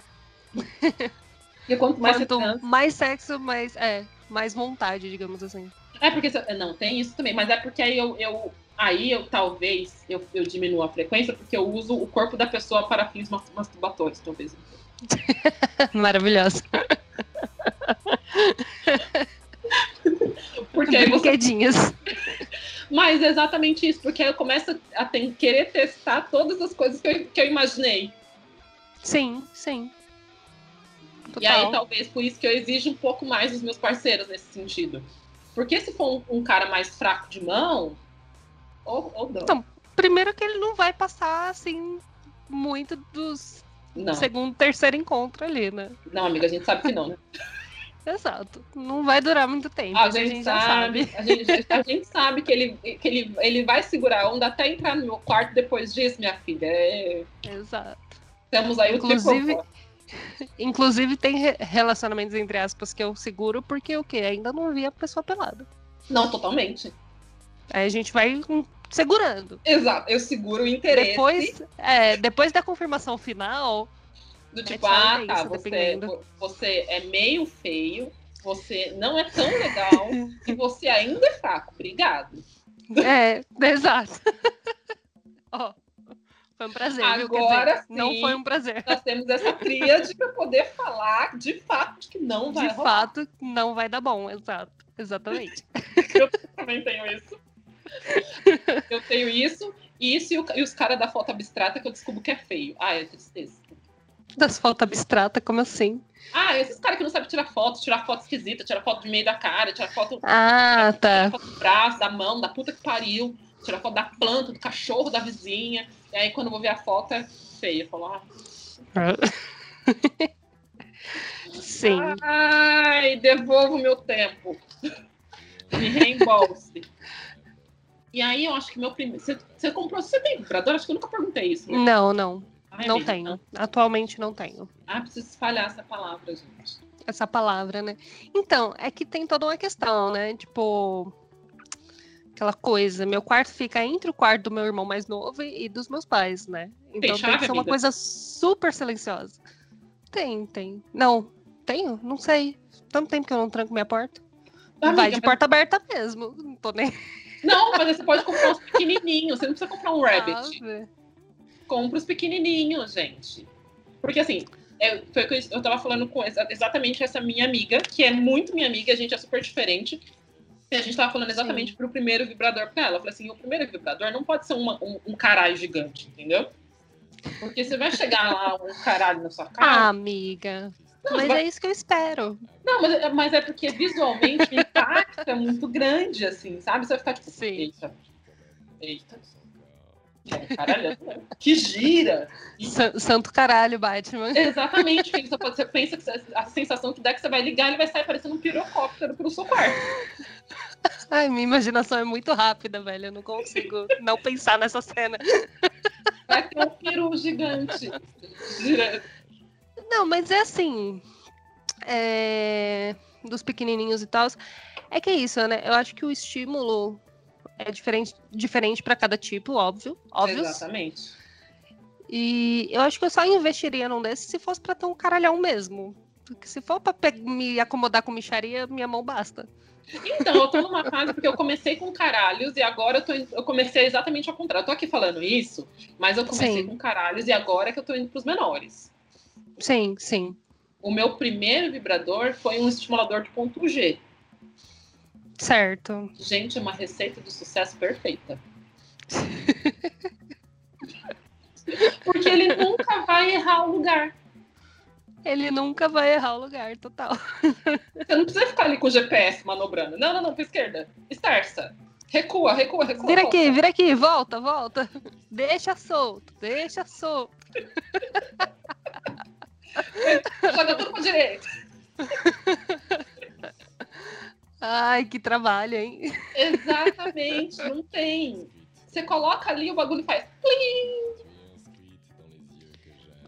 Speaker 1: Porque quanto mais
Speaker 2: Quanto
Speaker 1: você transa,
Speaker 2: mais sexo, mais é, mais vontade, digamos assim.
Speaker 1: É porque se- não tem isso também, mas é porque aí eu, eu- aí eu talvez eu, eu diminuo a frequência porque eu uso o corpo da pessoa para fins mas- masturbatórios, talvez.
Speaker 2: Maravilhosa.
Speaker 1: Porque aí você,
Speaker 2: Brinquedinhos.
Speaker 1: mas é exatamente isso, porque aí eu começo a ter- querer testar todas as coisas que eu, que eu imaginei.
Speaker 2: Sim, sim.
Speaker 1: E aí então? talvez por isso que eu exijo um pouco mais dos meus parceiros nesse sentido. Porque se for um, um cara mais fraco de mão, ou, ou não.
Speaker 2: Então, Primeiro que ele não vai passar, assim, muito dos
Speaker 1: não,
Speaker 2: segundo, terceiro encontro ali, né?
Speaker 1: não, amiga, a gente sabe que não, né?
Speaker 2: Exato. Não vai durar muito tempo.
Speaker 1: Então, A
Speaker 2: isso
Speaker 1: gente, sabe, A, gente, a gente sabe que, ele, que ele, ele vai segurar a onda até entrar no meu quarto depois disso, minha filha. É,
Speaker 2: Exato.
Speaker 1: temos aí o
Speaker 2: Inclusive-
Speaker 1: tricolor.
Speaker 2: Inclusive, tem re- relacionamentos, entre aspas, que eu seguro, porque o quê? Ainda não vi a pessoa pelada.
Speaker 1: Não, totalmente.
Speaker 2: Aí a gente vai hum, segurando.
Speaker 1: Exato, eu seguro o interesse
Speaker 2: Depois, é, depois da confirmação final,
Speaker 1: do tipo,
Speaker 2: é só
Speaker 1: ah,
Speaker 2: isso,
Speaker 1: tá, você,
Speaker 2: dependendo.
Speaker 1: você é meio feio, você não é tão legal e você ainda é fraco. Obrigado.
Speaker 2: É, exato. Ó, foi um prazer, viu? Quer dizer,
Speaker 1: Agora
Speaker 2: Não
Speaker 1: sim.
Speaker 2: foi um prazer.
Speaker 1: Nós temos essa tríade para poder falar de fato que não vai
Speaker 2: De
Speaker 1: rolar.
Speaker 2: fato, não vai dar bom, exato. Exatamente.
Speaker 1: também tenho isso. Eu tenho isso, e isso e, o- e os caras da foto abstrata que eu descubro que é feio. Ah, é tristeza.
Speaker 2: Das fotos abstrata, como assim?
Speaker 1: Ah, esses caras que não sabem tirar foto, tirar foto esquisita, tirar foto do meio da cara, tirar foto,
Speaker 2: Ah, tá.
Speaker 1: tirar foto do braço, da mão, da puta que pariu, tirar foto da planta, do cachorro, da vizinha. E aí quando eu vou ver a foto é feia. Eu falo, ah,
Speaker 2: Sim.
Speaker 1: Ai, devolvo meu tempo. Me reembolse. e aí, eu acho que meu primeiro. Você, você comprou. Você tem vibrador? Acho que eu nunca perguntei isso. Né?
Speaker 2: Não, não.
Speaker 1: Ai,
Speaker 2: Hum, Não
Speaker 1: amiga,
Speaker 2: tenho. Atualmente não tenho.
Speaker 1: Ah, preciso espalhar essa palavra, gente.
Speaker 2: Essa palavra, né? Então, é que tem toda uma questão, né? Tipo. Aquela coisa, meu quarto fica entre o quarto do meu irmão mais novo e e dos meus pais, né? Então tem
Speaker 1: chave,
Speaker 2: que ser uma
Speaker 1: amiga?
Speaker 2: coisa super silenciosa. Tem, tem. Não, tenho? Não sei. Tanto tempo que eu não tranco minha porta. Vai
Speaker 1: Amiga,
Speaker 2: de
Speaker 1: mas-
Speaker 2: porta aberta mesmo. Não tô nem.
Speaker 1: Não, mas você pode comprar uns pequenininhos. Você não precisa comprar um
Speaker 2: Tá.
Speaker 1: rabbit.
Speaker 2: sabe?
Speaker 1: Compra os pequenininhos, gente. Porque assim. É, foi o que eu, eu tava falando com exa- exatamente essa minha amiga, que é muito minha amiga, a gente é super diferente. E a gente tava falando exatamente pro primeiro vibrador pra ela. Eu falei assim, o primeiro vibrador não pode ser uma- um, um caralho gigante, entendeu? Porque você vai chegar lá um caralho na sua
Speaker 2: Ah,
Speaker 1: cara.
Speaker 2: amiga.
Speaker 1: não,
Speaker 2: Mas
Speaker 1: vai-
Speaker 2: é isso que eu espero.
Speaker 1: não mas, é- mas é porque visualmente o impacto é muito grande, assim, sabe? Você vai ficar tipo,
Speaker 2: Sim.
Speaker 1: eita, eita. É um caralhão, né? que gira!
Speaker 2: Sa- Santo caralho, Batman.
Speaker 1: Exatamente, porque você pode- você pensa que você- a sensação que dá é que você vai ligar, ele vai sair parecendo um pirocóptero pro seu quarto.
Speaker 2: Ai, minha imaginação é muito rápida, velho. Eu não consigo não pensar nessa cena.
Speaker 1: Vai ter um peru gigante. Gira.
Speaker 2: Não, mas é assim. é, Dos pequenininhos e tal. É que é isso, né? Eu acho que o estímulo é diferente, diferente para cada tipo, óbvio. Óbvio.
Speaker 1: Exatamente.
Speaker 2: E eu acho que eu só investiria num desses se fosse pra ter um caralhão mesmo. Porque se for pra pe- me acomodar com micharia, minha mão basta.
Speaker 1: Então, eu tô numa fase porque eu comecei com caralhos e agora eu, tô, in- eu comecei exatamente ao contrário. Eu tô aqui falando isso, mas eu comecei
Speaker 2: Sim.
Speaker 1: com caralhos e agora é que eu tô indo pros menores.
Speaker 2: Sim, sim.
Speaker 1: O meu primeiro vibrador foi um estimulador de ponto G.
Speaker 2: Certo.
Speaker 1: Gente, é uma receita de sucesso perfeita. Porque ele nunca vai errar o lugar.
Speaker 2: Ele nunca vai errar o lugar, total.
Speaker 1: Você não precisa ficar ali com o GPS manobrando. Não, não, não, pra esquerda. Estarça. Recua, recua, recua.
Speaker 2: Vira
Speaker 1: volta.
Speaker 2: aqui, vira aqui, volta, volta. Deixa solto, deixa solto.
Speaker 1: Joga tudo pra direita.
Speaker 2: Ai, que trabalho, hein?
Speaker 1: Exatamente, não tem. Você coloca ali, o bagulho faz.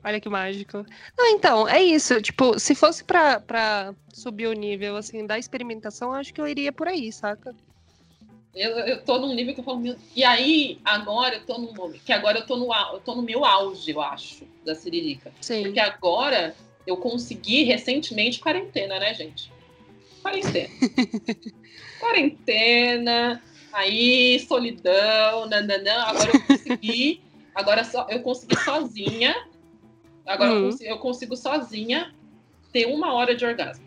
Speaker 2: Olha que mágico. Não, então, é isso. Tipo, se fosse pra, pra subir o nível, assim, da experimentação, eu acho que eu iria por aí, saca?
Speaker 1: Eu, eu tô num nível que eu falo. meu- E aí, agora eu tô num momento. Que agora eu tô no, au- eu tô no meu auge, eu acho, da Siririca.
Speaker 2: Sim.
Speaker 1: Porque agora eu consegui recentemente quarentena, né, gente? Quarentena. quarentena, aí solidão, nananã. Agora eu consegui. agora só, eu consegui sozinha. Agora eu,
Speaker 2: Hum.
Speaker 1: consigo, eu consigo sozinha ter uma hora de orgasmo.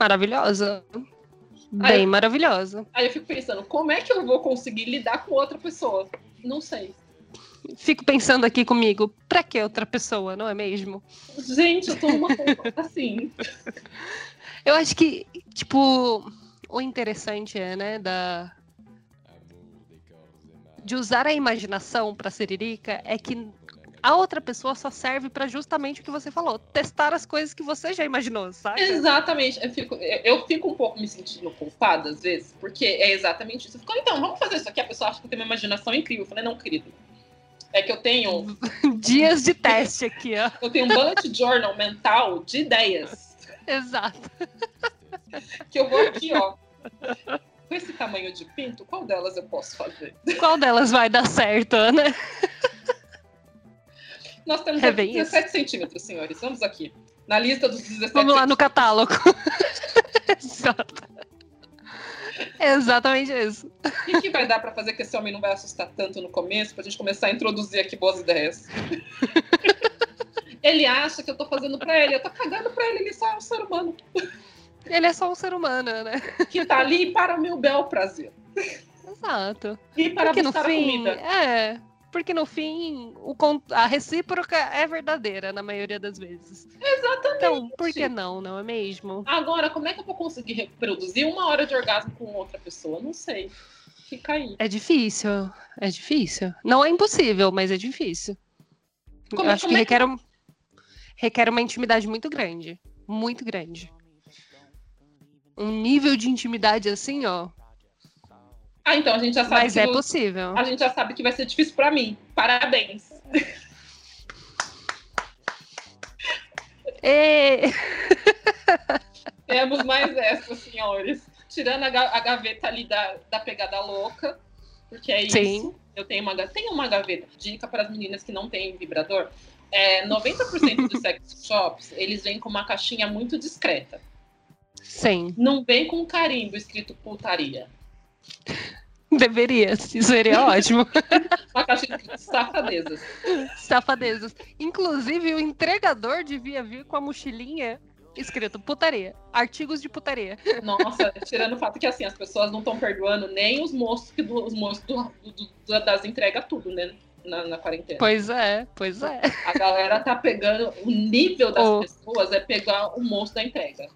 Speaker 2: Maravilhosa.
Speaker 1: Ai,
Speaker 2: Bem maravilhosa.
Speaker 1: Aí eu fico pensando, como é que eu vou conseguir lidar com outra pessoa? Não sei.
Speaker 2: Fico pensando aqui comigo, pra que outra pessoa, não é mesmo?
Speaker 1: Gente, eu tô uma assim.
Speaker 2: Eu acho que, tipo, o interessante é, né, da... De usar a imaginação pra Siririca é que a outra pessoa só serve pra justamente o que você falou, testar as coisas que você já imaginou, sabe?
Speaker 1: Exatamente. Eu fico, eu fico um pouco me sentindo culpada, às vezes, porque é exatamente isso. Eu fico, então, vamos fazer isso aqui. A pessoa acha que eu tenho uma imaginação incrível. Eu falei, não, querido. É que eu tenho,
Speaker 2: Dias de teste aqui, ó.
Speaker 1: eu tenho um bullet journal mental de ideias.
Speaker 2: Exato.
Speaker 1: Que eu vou aqui, ó. Com esse tamanho de pinto, qual delas eu posso fazer?
Speaker 2: Qual delas vai dar certo, né?
Speaker 1: Nós temos
Speaker 2: É
Speaker 1: aqui
Speaker 2: bem isso.
Speaker 1: 17 centímetros, senhores. Vamos aqui. Na lista dos 17
Speaker 2: Vamos lá no catálogo. Exato. Exatamente isso.
Speaker 1: O que, que vai dar pra fazer que esse homem não vai assustar tanto no começo, pra gente começar a introduzir aqui boas ideias? ele acha que eu tô fazendo pra ele, eu tô cagando pra ele, ele só é um ser humano
Speaker 2: Ele é só um ser humano, né?
Speaker 1: que tá ali para o meu bel prazer.
Speaker 2: Exato.
Speaker 1: E para
Speaker 2: Porque no
Speaker 1: buscar a
Speaker 2: fim,
Speaker 1: comida.
Speaker 2: é. Porque no fim, o, con- a recíproca é verdadeira na maioria das vezes.
Speaker 1: Exatamente.
Speaker 2: Então, por que não, não é mesmo?
Speaker 1: Agora, como é que eu vou conseguir reproduzir uma hora de orgasmo com outra pessoa? Não sei. Fica aí.
Speaker 2: É difícil, é difícil. Não é impossível, mas é difícil.
Speaker 1: Como-
Speaker 2: Eu acho
Speaker 1: como
Speaker 2: que
Speaker 1: é
Speaker 2: requer, um- requer uma intimidade muito grande. Muito grande. Um nível de intimidade assim, ó.
Speaker 1: Ah, então a gente já sabe
Speaker 2: Mas
Speaker 1: que
Speaker 2: é
Speaker 1: vo-
Speaker 2: possível.
Speaker 1: a gente já sabe que vai ser difícil pra mim. Parabéns.
Speaker 2: Ê!
Speaker 1: Temos mais essa, senhores. Tirando a, ga- a gaveta ali da, da pegada louca, porque é
Speaker 2: Sim.
Speaker 1: isso. Eu tenho uma, ga- tenho uma gaveta. Dica para as meninas que não têm vibrador. É, 90% dos sex shops, eles vêm com uma caixinha muito discreta.
Speaker 2: Sim,
Speaker 1: Não vem com um carimbo escrito putaria.
Speaker 2: deveria. Isso seria ótimo.
Speaker 1: Uma caixinha escrito safadezas.
Speaker 2: Safadezas. Inclusive, o entregador devia vir com a mochilinha escrito putaria. Artigos de putaria.
Speaker 1: Nossa, tirando o fato que assim, as pessoas não estão perdoando nem os moços, que do- os moços do- do- do- das entregas tudo, né? Na, na quarentena.
Speaker 2: Pois é, pois é.
Speaker 1: A galera tá pegando. O nível das
Speaker 2: Oh.
Speaker 1: pessoas é pegar o moço da entrega.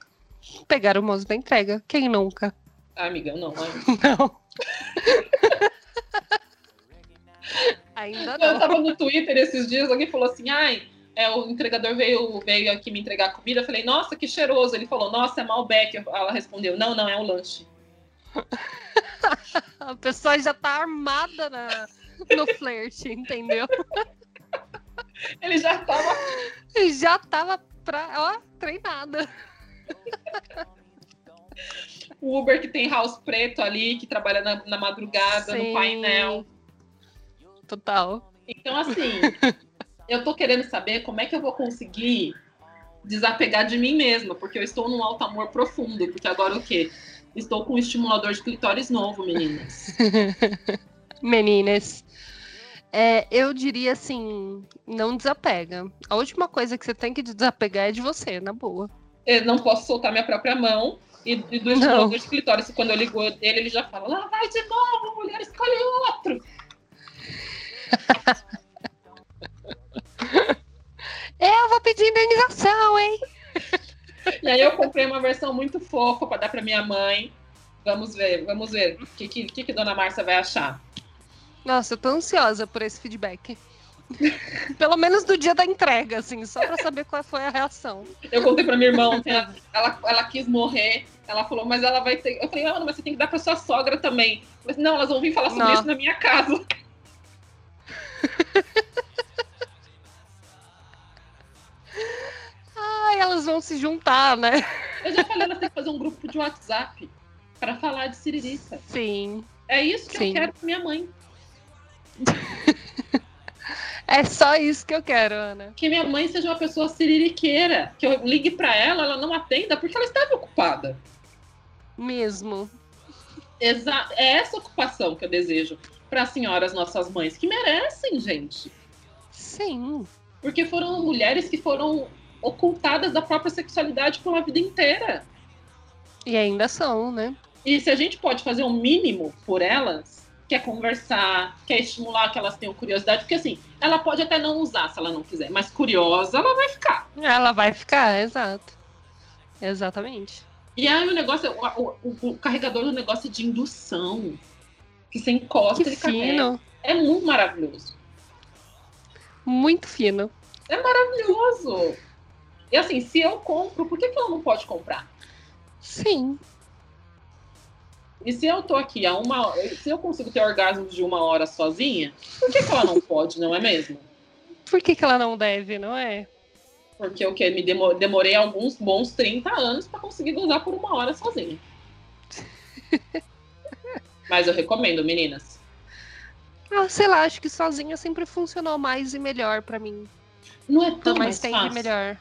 Speaker 2: Pegaram o moço da entrega. Quem nunca?
Speaker 1: Ah, amiga, não. né?
Speaker 2: Não. Ainda
Speaker 1: Eu
Speaker 2: não.
Speaker 1: tava no Twitter esses dias, alguém falou assim: ai, é, o entregador veio, veio aqui me entregar comida. Eu falei, nossa, que cheiroso. Ele falou, nossa, é Malbec. Ela respondeu, não, não, é um lanche.
Speaker 2: A pessoa já tá armada na, no flerte, entendeu?
Speaker 1: Ele já tava.
Speaker 2: Já tava pra, ó, treinada.
Speaker 1: O Uber que tem house preto ali, que trabalha na, na madrugada, no
Speaker 2: Sim.
Speaker 1: painel.
Speaker 2: Total.
Speaker 1: Então, assim, eu tô querendo saber como é que eu vou conseguir desapegar de mim mesma, porque eu estou num alto amor profundo, porque agora o quê? Estou com um estimulador de clitóris novo, meninas.
Speaker 2: Meninas. É, eu diria assim, não desapega. A última coisa que você tem que desapegar é de você, na boa.
Speaker 1: Eu não posso soltar minha própria mão e, e do estimulador de clitóris, quando eu ligo ele, ele já fala, lá vai de novo, mulher, escolhe um." outro.
Speaker 2: Eu vou pedir indenização, hein?
Speaker 1: E aí eu comprei uma versão muito fofa pra dar pra minha mãe. Vamos ver, vamos ver o que, que, que que Dona Márcia vai achar.
Speaker 2: Nossa, eu tô ansiosa por esse feedback. Pelo menos do dia da entrega, assim, só pra saber qual foi a reação.
Speaker 1: Eu contei pra minha irmã ontem, ela, ela, ela quis morrer. Ela falou, mas ela vai ter. Eu falei, mano, mas você tem que dar pra sua sogra também. Mas não, elas vão vir falar sobre
Speaker 2: Não.
Speaker 1: isso na minha casa.
Speaker 2: Ai, elas vão se juntar, né?
Speaker 1: Eu já falei, elas têm que fazer um grupo de WhatsApp pra falar de Siririca.
Speaker 2: Sim.
Speaker 1: É isso que
Speaker 2: Sim.
Speaker 1: eu quero pra minha mãe.
Speaker 2: É só isso que eu quero, Ana.
Speaker 1: Que minha mãe seja uma pessoa siririqueira. Que eu ligue pra ela, ela não atenda, porque ela estava ocupada.
Speaker 2: Mesmo.
Speaker 1: Exa é essa ocupação que eu desejo pra senhoras, nossas mães, que merecem, gente.
Speaker 2: Sim.
Speaker 1: Porque foram mulheres que foram ocultadas da própria sexualidade pela vida inteira.
Speaker 2: E ainda são, né?
Speaker 1: E se a gente pode fazer o mínimo por elas, que é conversar, que é estimular que elas tenham curiosidade, porque assim, ela pode até não usar se ela não quiser, mas curiosa ela vai ficar.
Speaker 2: Ela vai ficar, exato. Exatamente.
Speaker 1: E aí o negócio, o, o- o carregador do negócio é de indução, que você encosta
Speaker 2: que
Speaker 1: e carrega.
Speaker 2: fino.
Speaker 1: É muito maravilhoso.
Speaker 2: Muito fino.
Speaker 1: Maravilhoso! E assim, se eu compro, por que, que ela não pode comprar?
Speaker 2: Sim.
Speaker 1: E se eu tô aqui a uma hora, se eu consigo ter orgasmos de uma hora sozinha, por que, que ela não pode, não é mesmo?
Speaker 2: Por que, que ela não deve, não é?
Speaker 1: Porque o que me demo- demorei alguns bons 30 anos pra conseguir gozar por uma hora sozinha. Mas eu recomendo, meninas.
Speaker 2: Ah, sei lá, acho que sozinha sempre funcionou mais e melhor pra mim.
Speaker 1: Não é tão
Speaker 2: Por mais
Speaker 1: mais
Speaker 2: tempo e
Speaker 1: fácil.
Speaker 2: melhor.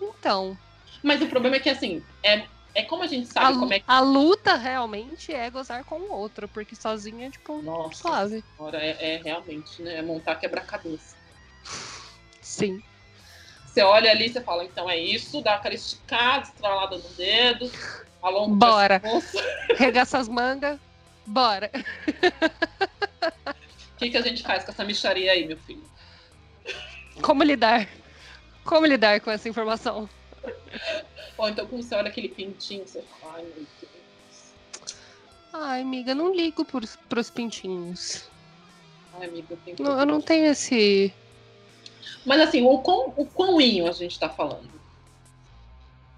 Speaker 2: Então.
Speaker 1: Mas o problema é que assim, é, é como a gente sabe
Speaker 2: a,
Speaker 1: como é que.
Speaker 2: a luta realmente é gozar com o outro, porque sozinha, tipo,
Speaker 1: Nossa
Speaker 2: suave.
Speaker 1: senhora, é, é realmente, né? É montar quebra-cabeça.
Speaker 2: Sim.
Speaker 1: Você olha ali, você fala, então é isso, dá aquela esticada, estralada no dedo, alonga o
Speaker 2: Bora.
Speaker 1: pescoço.
Speaker 2: Regaça as mangas, bora.
Speaker 1: O que, que a gente faz com essa micharia aí, meu filho?
Speaker 2: Como lidar? Como lidar com essa informação?
Speaker 1: Ou então quando você olha aquele pintinho, você fala, ai meu Deus.
Speaker 2: Ai, amiga, não ligo pros, pros pintinhos.
Speaker 1: Ai, amigo, eu tenho que-
Speaker 2: Não- eu não tenho esse.
Speaker 1: Mas assim, o quão, o quão inho a gente tá falando?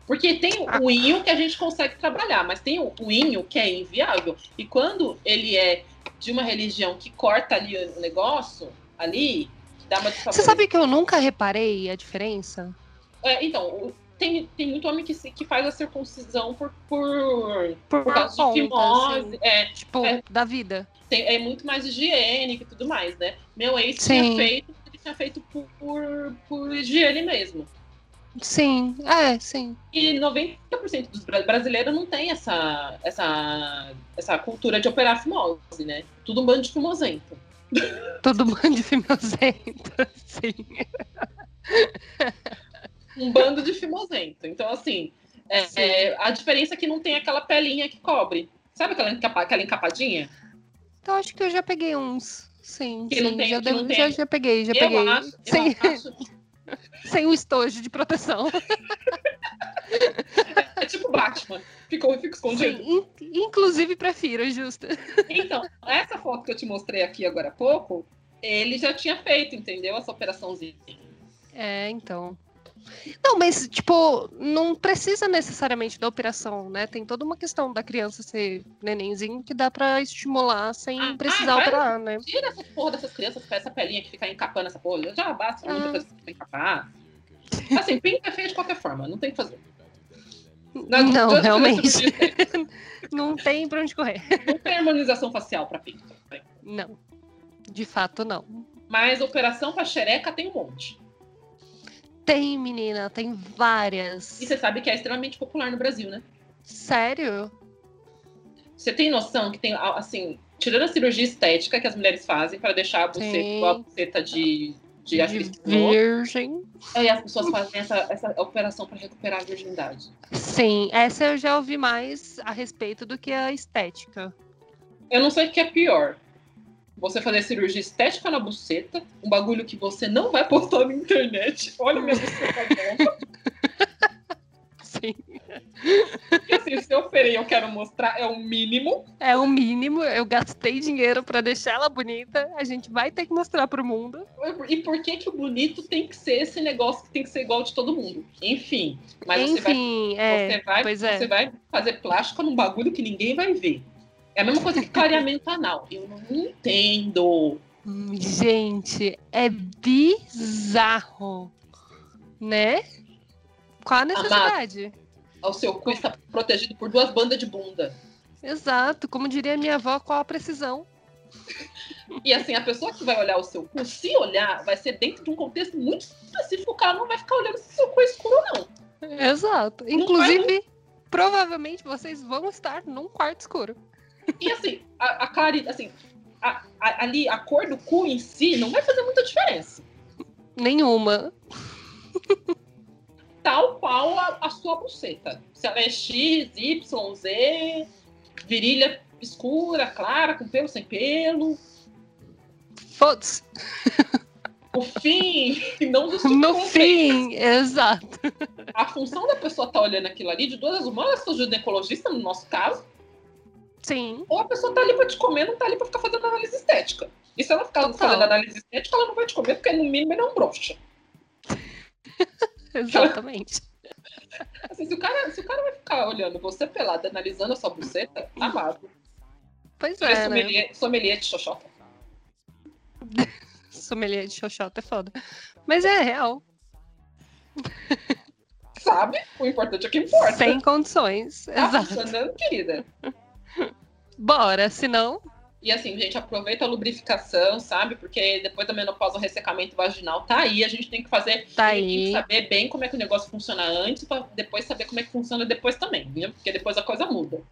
Speaker 1: Porque tem o inho que a gente consegue trabalhar, mas tem o o inho que é inviável. E quando ele é de uma religião que corta ali o negócio, ali, que dá uma
Speaker 2: Você
Speaker 1: desfavorecida.
Speaker 2: sabe que eu nunca reparei a diferença?
Speaker 1: É, então, o- tem, tem muito homem que, se- que faz a circuncisão por, por,
Speaker 2: Por,
Speaker 1: por causa de
Speaker 2: conta,
Speaker 1: fimose.
Speaker 2: assim,
Speaker 1: É,
Speaker 2: tipo,
Speaker 1: É.
Speaker 2: da vida.
Speaker 1: tem- é muito mais higiênico e tudo mais, né? Meu ex
Speaker 2: Sim.
Speaker 1: tinha feito, ele tinha feito por, por, por higiene mesmo.
Speaker 2: Sim, é, sim.
Speaker 1: E 90% dos bra- brasileiros não tem essa, essa, essa cultura de operar fimose, né? Tudo um bando de fimosento.
Speaker 2: Todo mundo de fimosento, sim.
Speaker 1: Um bando de fimosento. Então, assim, é-
Speaker 2: Sim.
Speaker 1: é, a diferença é que não tem aquela pelinha que cobre. Sabe aquela, encapa- aquela encapadinha?
Speaker 2: Então acho que eu já peguei uns. Sim,
Speaker 1: Que não
Speaker 2: sim.
Speaker 1: tem-
Speaker 2: já,
Speaker 1: que não
Speaker 2: devo-
Speaker 1: tem.
Speaker 2: já, já peguei, já
Speaker 1: eu
Speaker 2: peguei.
Speaker 1: acho, eu
Speaker 2: sem,
Speaker 1: acho.
Speaker 2: sem o estojo de proteção.
Speaker 1: É tipo Batman. Ficou, fica escondido.
Speaker 2: Sim, in- inclusive prefiro, justo.
Speaker 1: Então, essa foto que eu te mostrei aqui agora há pouco, ele já tinha feito, entendeu? Essa operaçãozinha.
Speaker 2: É, então. Não, mas, tipo, não precisa necessariamente da operação, né? Tem toda uma questão da criança ser nenenzinho que dá pra estimular sem
Speaker 1: Ah,
Speaker 2: precisar
Speaker 1: vai-
Speaker 2: operar, né?
Speaker 1: Tira essa porra dessas crianças com essa pelinha que fica encapando essa porra. Já basta
Speaker 2: Ah.
Speaker 1: muita coisa que fica encapada. Assim, pinta é feia de qualquer forma, não tem o que fazer.
Speaker 2: Não,
Speaker 1: tanto que
Speaker 2: realmente.
Speaker 1: eu digo,
Speaker 2: Não tem pra onde correr.
Speaker 1: Não tem harmonização facial pra pinta. né?
Speaker 2: Não. De fato, não.
Speaker 1: Mas operação pra xereca tem um monte.
Speaker 2: Tem, menina, tem várias.
Speaker 1: E você sabe que é extremamente popular no Brasil, né?
Speaker 2: Sério?
Speaker 1: Você tem noção que tem, assim, tirando a cirurgia estética que as mulheres fazem pra deixar a buceta
Speaker 2: Sim.
Speaker 1: igual a buceta de, de atriz
Speaker 2: De
Speaker 1: pornô,
Speaker 2: virgem.
Speaker 1: Aí as pessoas fazem essa, essa operação para recuperar a virgindade.
Speaker 2: Sim, essa eu já ouvi mais a respeito do que a estética.
Speaker 1: Eu não sei o que é pior. Você fazer cirurgia estética na buceta, um bagulho que você não vai postar na internet. Olha minha buceta né? nova.
Speaker 2: Sim.
Speaker 1: Porque assim, se eu operei e eu quero mostrar, é o mínimo.
Speaker 2: É o mínimo, eu gastei dinheiro pra deixar ela bonita, a gente vai ter que mostrar pro mundo.
Speaker 1: E por que que o bonito tem que ser esse negócio que tem que ser igual de todo mundo? Enfim. Mas você vai,
Speaker 2: Enfim, é,
Speaker 1: você, vai,
Speaker 2: pois é.
Speaker 1: você vai fazer plástica num bagulho que ninguém vai ver. É a mesma coisa que clareamento anal. Eu não entendo.
Speaker 2: Hum, gente, é bizarro, né? Qual a necessidade?
Speaker 1: O seu cu está protegido por duas bandas de bunda.
Speaker 2: Exato, como diria minha avó, qual a precisão?
Speaker 1: E assim, a pessoa que vai olhar o seu cu, se olhar, vai ser dentro de um contexto muito específico, o cara não vai ficar olhando se seu cu é escuro ou não.
Speaker 2: Exato.
Speaker 1: Um
Speaker 2: Inclusive, provavelmente vocês vão estar num quarto escuro.
Speaker 1: E assim, a, a claridade, assim, a- a- ali, a cor do cu em si não vai fazer muita diferença.
Speaker 2: Nenhuma.
Speaker 1: Tal qual a, a sua buceta. Se ela é X, Y, Z, virilha escura, clara, com pelo, sem pelo.
Speaker 2: Foda-se.
Speaker 1: O fim, não justifica
Speaker 2: No
Speaker 1: o
Speaker 2: fim, exato.
Speaker 1: A função da pessoa estar olhando aquilo ali, de duas humanas, sou ginecologista, no nosso caso,
Speaker 2: Sim,
Speaker 1: ou a pessoa tá ali pra te comer, não tá ali pra ficar fazendo análise estética. E se ela ficar
Speaker 2: Total.
Speaker 1: fazendo análise estética, ela não vai te comer, porque no mínimo ele é um broxa.
Speaker 2: exatamente.
Speaker 1: Assim, se, o cara, se o cara vai ficar olhando você pelada, analisando a sua buceta, amado.
Speaker 2: Pois
Speaker 1: É,
Speaker 2: é, né?
Speaker 1: sommelier, sommelier de xoxota.
Speaker 2: Sommelier de xoxota é foda. Mas é real.
Speaker 1: Sabe? O importante é o que importa.
Speaker 2: Sem condições.
Speaker 1: Tá
Speaker 2: Exato.
Speaker 1: funcionando, querida.
Speaker 2: Bora, senão.
Speaker 1: E assim, gente, aproveita a lubrificação, sabe? Porque depois da menopausa, o ressecamento vaginal tá aí. A gente tem que fazer.
Speaker 2: Tá
Speaker 1: a gente Tem que
Speaker 2: aí.
Speaker 1: saber bem como é que o negócio funciona antes, pra depois saber como é que funciona depois também, viu? Porque depois a coisa muda.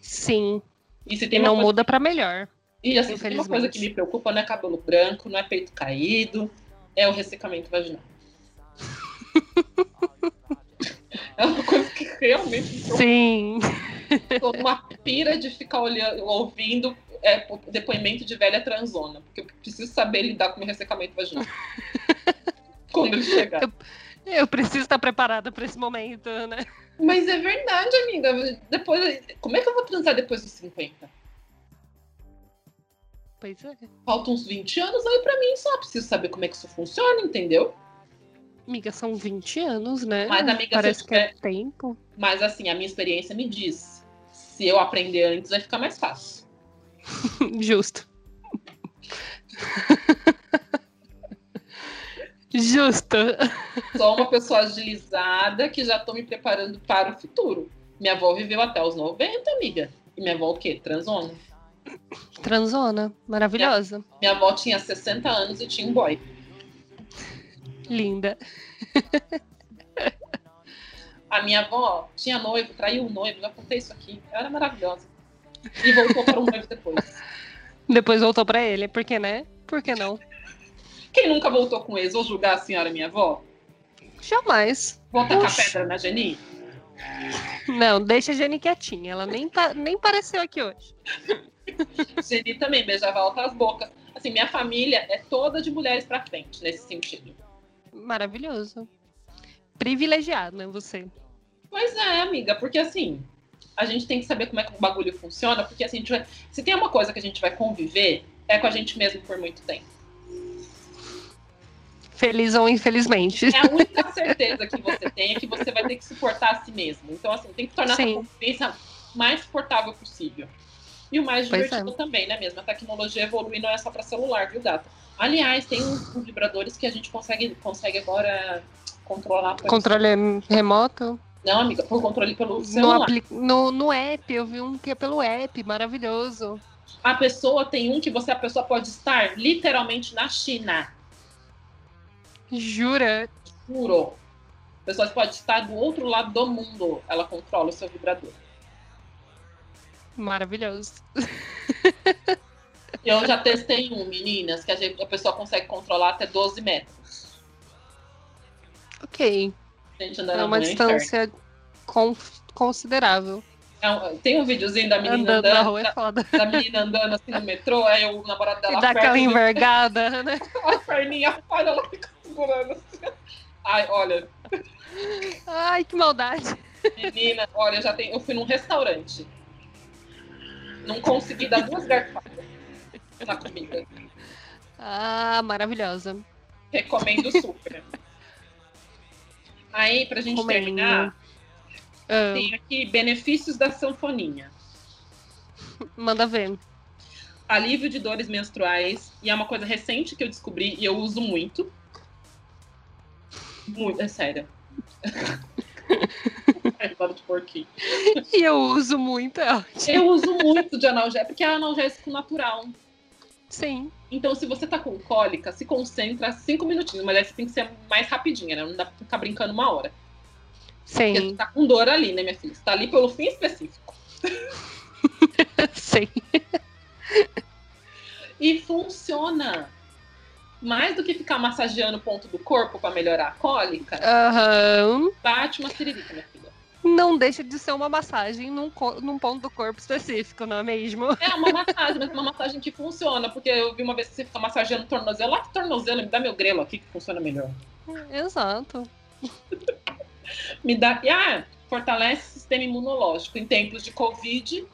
Speaker 2: Sim.
Speaker 1: E se tem
Speaker 2: E
Speaker 1: uma
Speaker 2: não
Speaker 1: coisa
Speaker 2: muda pra melhor.
Speaker 1: E assim, se tem uma
Speaker 2: Infelizmente.
Speaker 1: coisa que me preocupa não é cabelo branco, não é peito caído, é o ressecamento vaginal. é uma coisa que realmente me
Speaker 2: Sim.
Speaker 1: preocupa, uma pira de ficar olhando, ouvindo é depoimento de velha transona, porque eu preciso saber lidar com meu ressecamento vaginal. quando ele chegar.
Speaker 2: Eu, eu preciso estar preparada para esse momento, né?
Speaker 1: Mas é verdade, amiga. Depois, como é que eu vou transar depois dos 50?
Speaker 2: Pois é.
Speaker 1: Faltam uns 20 anos aí para mim, só preciso saber como é que isso funciona, entendeu?
Speaker 2: Amiga, são 20 anos, né?
Speaker 1: Mas, amiga,
Speaker 2: Parece que é
Speaker 1: tiver-
Speaker 2: tempo.
Speaker 1: Mas assim, a minha experiência me diz. Se eu aprender antes, vai ficar mais fácil.
Speaker 2: Justo. Justo.
Speaker 1: Sou uma pessoa agilizada que já estou me preparando para o futuro. Minha avó viveu até os 90, amiga. E minha avó o quê? Transona.
Speaker 2: Transona, maravilhosa,
Speaker 1: Minha avó tinha 60 anos e tinha um boy.
Speaker 2: linda.
Speaker 1: A minha avó tinha noivo, traiu um noivo, já contei isso aqui. Ela era maravilhosa. E voltou para um noivo depois.
Speaker 2: Depois voltou pra ele, porque né? Por que não?
Speaker 1: Quem nunca voltou com ex? Vou julgar a senhora, minha avó?
Speaker 2: Jamais.
Speaker 1: Vou tacar
Speaker 2: Oxi.
Speaker 1: pedra na Geni?
Speaker 2: Não, deixa a Jenny quietinha. Ela nem, pa- nem pareceu aqui hoje.
Speaker 1: Geni também beijava altas bocas. Assim, minha família é toda de mulheres para frente, nesse sentido.
Speaker 2: Maravilhoso. Privilegiado, né? Você.
Speaker 1: Pois é, amiga, porque assim, a gente tem que saber como é que o bagulho funciona, porque assim, a gente vai- se tem uma coisa que a gente vai conviver, é com a gente mesmo por muito tempo.
Speaker 2: Feliz ou infelizmente.
Speaker 1: É a única certeza que você tem é que você vai ter que suportar a si mesmo. Então, assim, tem que tornar
Speaker 2: Sim.
Speaker 1: essa convivência mais suportável possível. E o mais
Speaker 2: Pois é.
Speaker 1: divertido também, né mesmo? A tecnologia evolui não é só para celular, viu, gata? Aliás, tem uns vibradores que a gente consegue, consegue agora controlar. Por...
Speaker 2: Controle remoto.
Speaker 1: Não, amiga, por controle pelo
Speaker 2: No,
Speaker 1: celular.
Speaker 2: apli- no, no app, eu vi um que é pelo app, maravilhoso.
Speaker 1: A pessoa tem um que você, a pessoa pode estar literalmente na China.
Speaker 2: Jura?
Speaker 1: Juro. A pessoa pode estar do outro lado do mundo. Ela controla o seu vibrador.
Speaker 2: Maravilhoso.
Speaker 1: Eu já testei um, meninas, que a, gente- a pessoa consegue controlar até 12 metros.
Speaker 2: Ok.
Speaker 1: Gente,
Speaker 2: É
Speaker 1: andando
Speaker 2: uma
Speaker 1: no inferno.
Speaker 2: distância con- considerável.
Speaker 1: É um- tem um videozinho da menina
Speaker 2: Andando
Speaker 1: andando,
Speaker 2: na rua é foda.
Speaker 1: da menina andando assim no metrô, aí o namorado dela
Speaker 2: E dá aquela
Speaker 1: aperta, assim,
Speaker 2: envergada, né?
Speaker 1: a perninha fora, ela fica segurando assim. Ai, olha,
Speaker 2: Ai, que maldade.
Speaker 1: Menina, olha, já tem, eu fui num restaurante. Não consegui dar duas garfadas na comida.
Speaker 2: Ah, maravilhosa.
Speaker 1: Recomendo super. Aí, pra gente
Speaker 2: Comendo.
Speaker 1: terminar,
Speaker 2: Ah,
Speaker 1: tem aqui benefícios da sanfoninha.
Speaker 2: manda ver.
Speaker 1: Alívio de dores menstruais. E é uma coisa recente que eu descobri e eu uso muito. Muito, é sério. Ai, barulho de porquinho.
Speaker 2: E eu uso muito, é ótimo.
Speaker 1: Eu uso muito de analgésico, porque é analgésico natural.
Speaker 2: Sim.
Speaker 1: Então, se você tá com cólica, se concentra cinco minutinhos, mas aí você tem que ser mais rapidinha, né? Não dá pra ficar brincando uma hora. Porque
Speaker 2: Sim,
Speaker 1: você tá com dor ali, né, minha filha? Você tá ali pelo fim específico.
Speaker 2: sim.
Speaker 1: E funciona. Mais do que ficar massageando o ponto do corpo pra melhorar a cólica,
Speaker 2: Aham.
Speaker 1: bate uma siririca, minha filha.
Speaker 2: Não deixa de ser uma massagem num, co- num ponto do corpo específico, não é mesmo?
Speaker 1: É uma massagem, mas é uma massagem que funciona. Porque eu vi uma vez que você fica massageando o tornozelo. Ah, que tornozelo, me dá meu grelo aqui que funciona melhor.
Speaker 2: É, Exato.
Speaker 1: Me dá. E, ah, fortalece o sistema imunológico. Em tempos de Covid,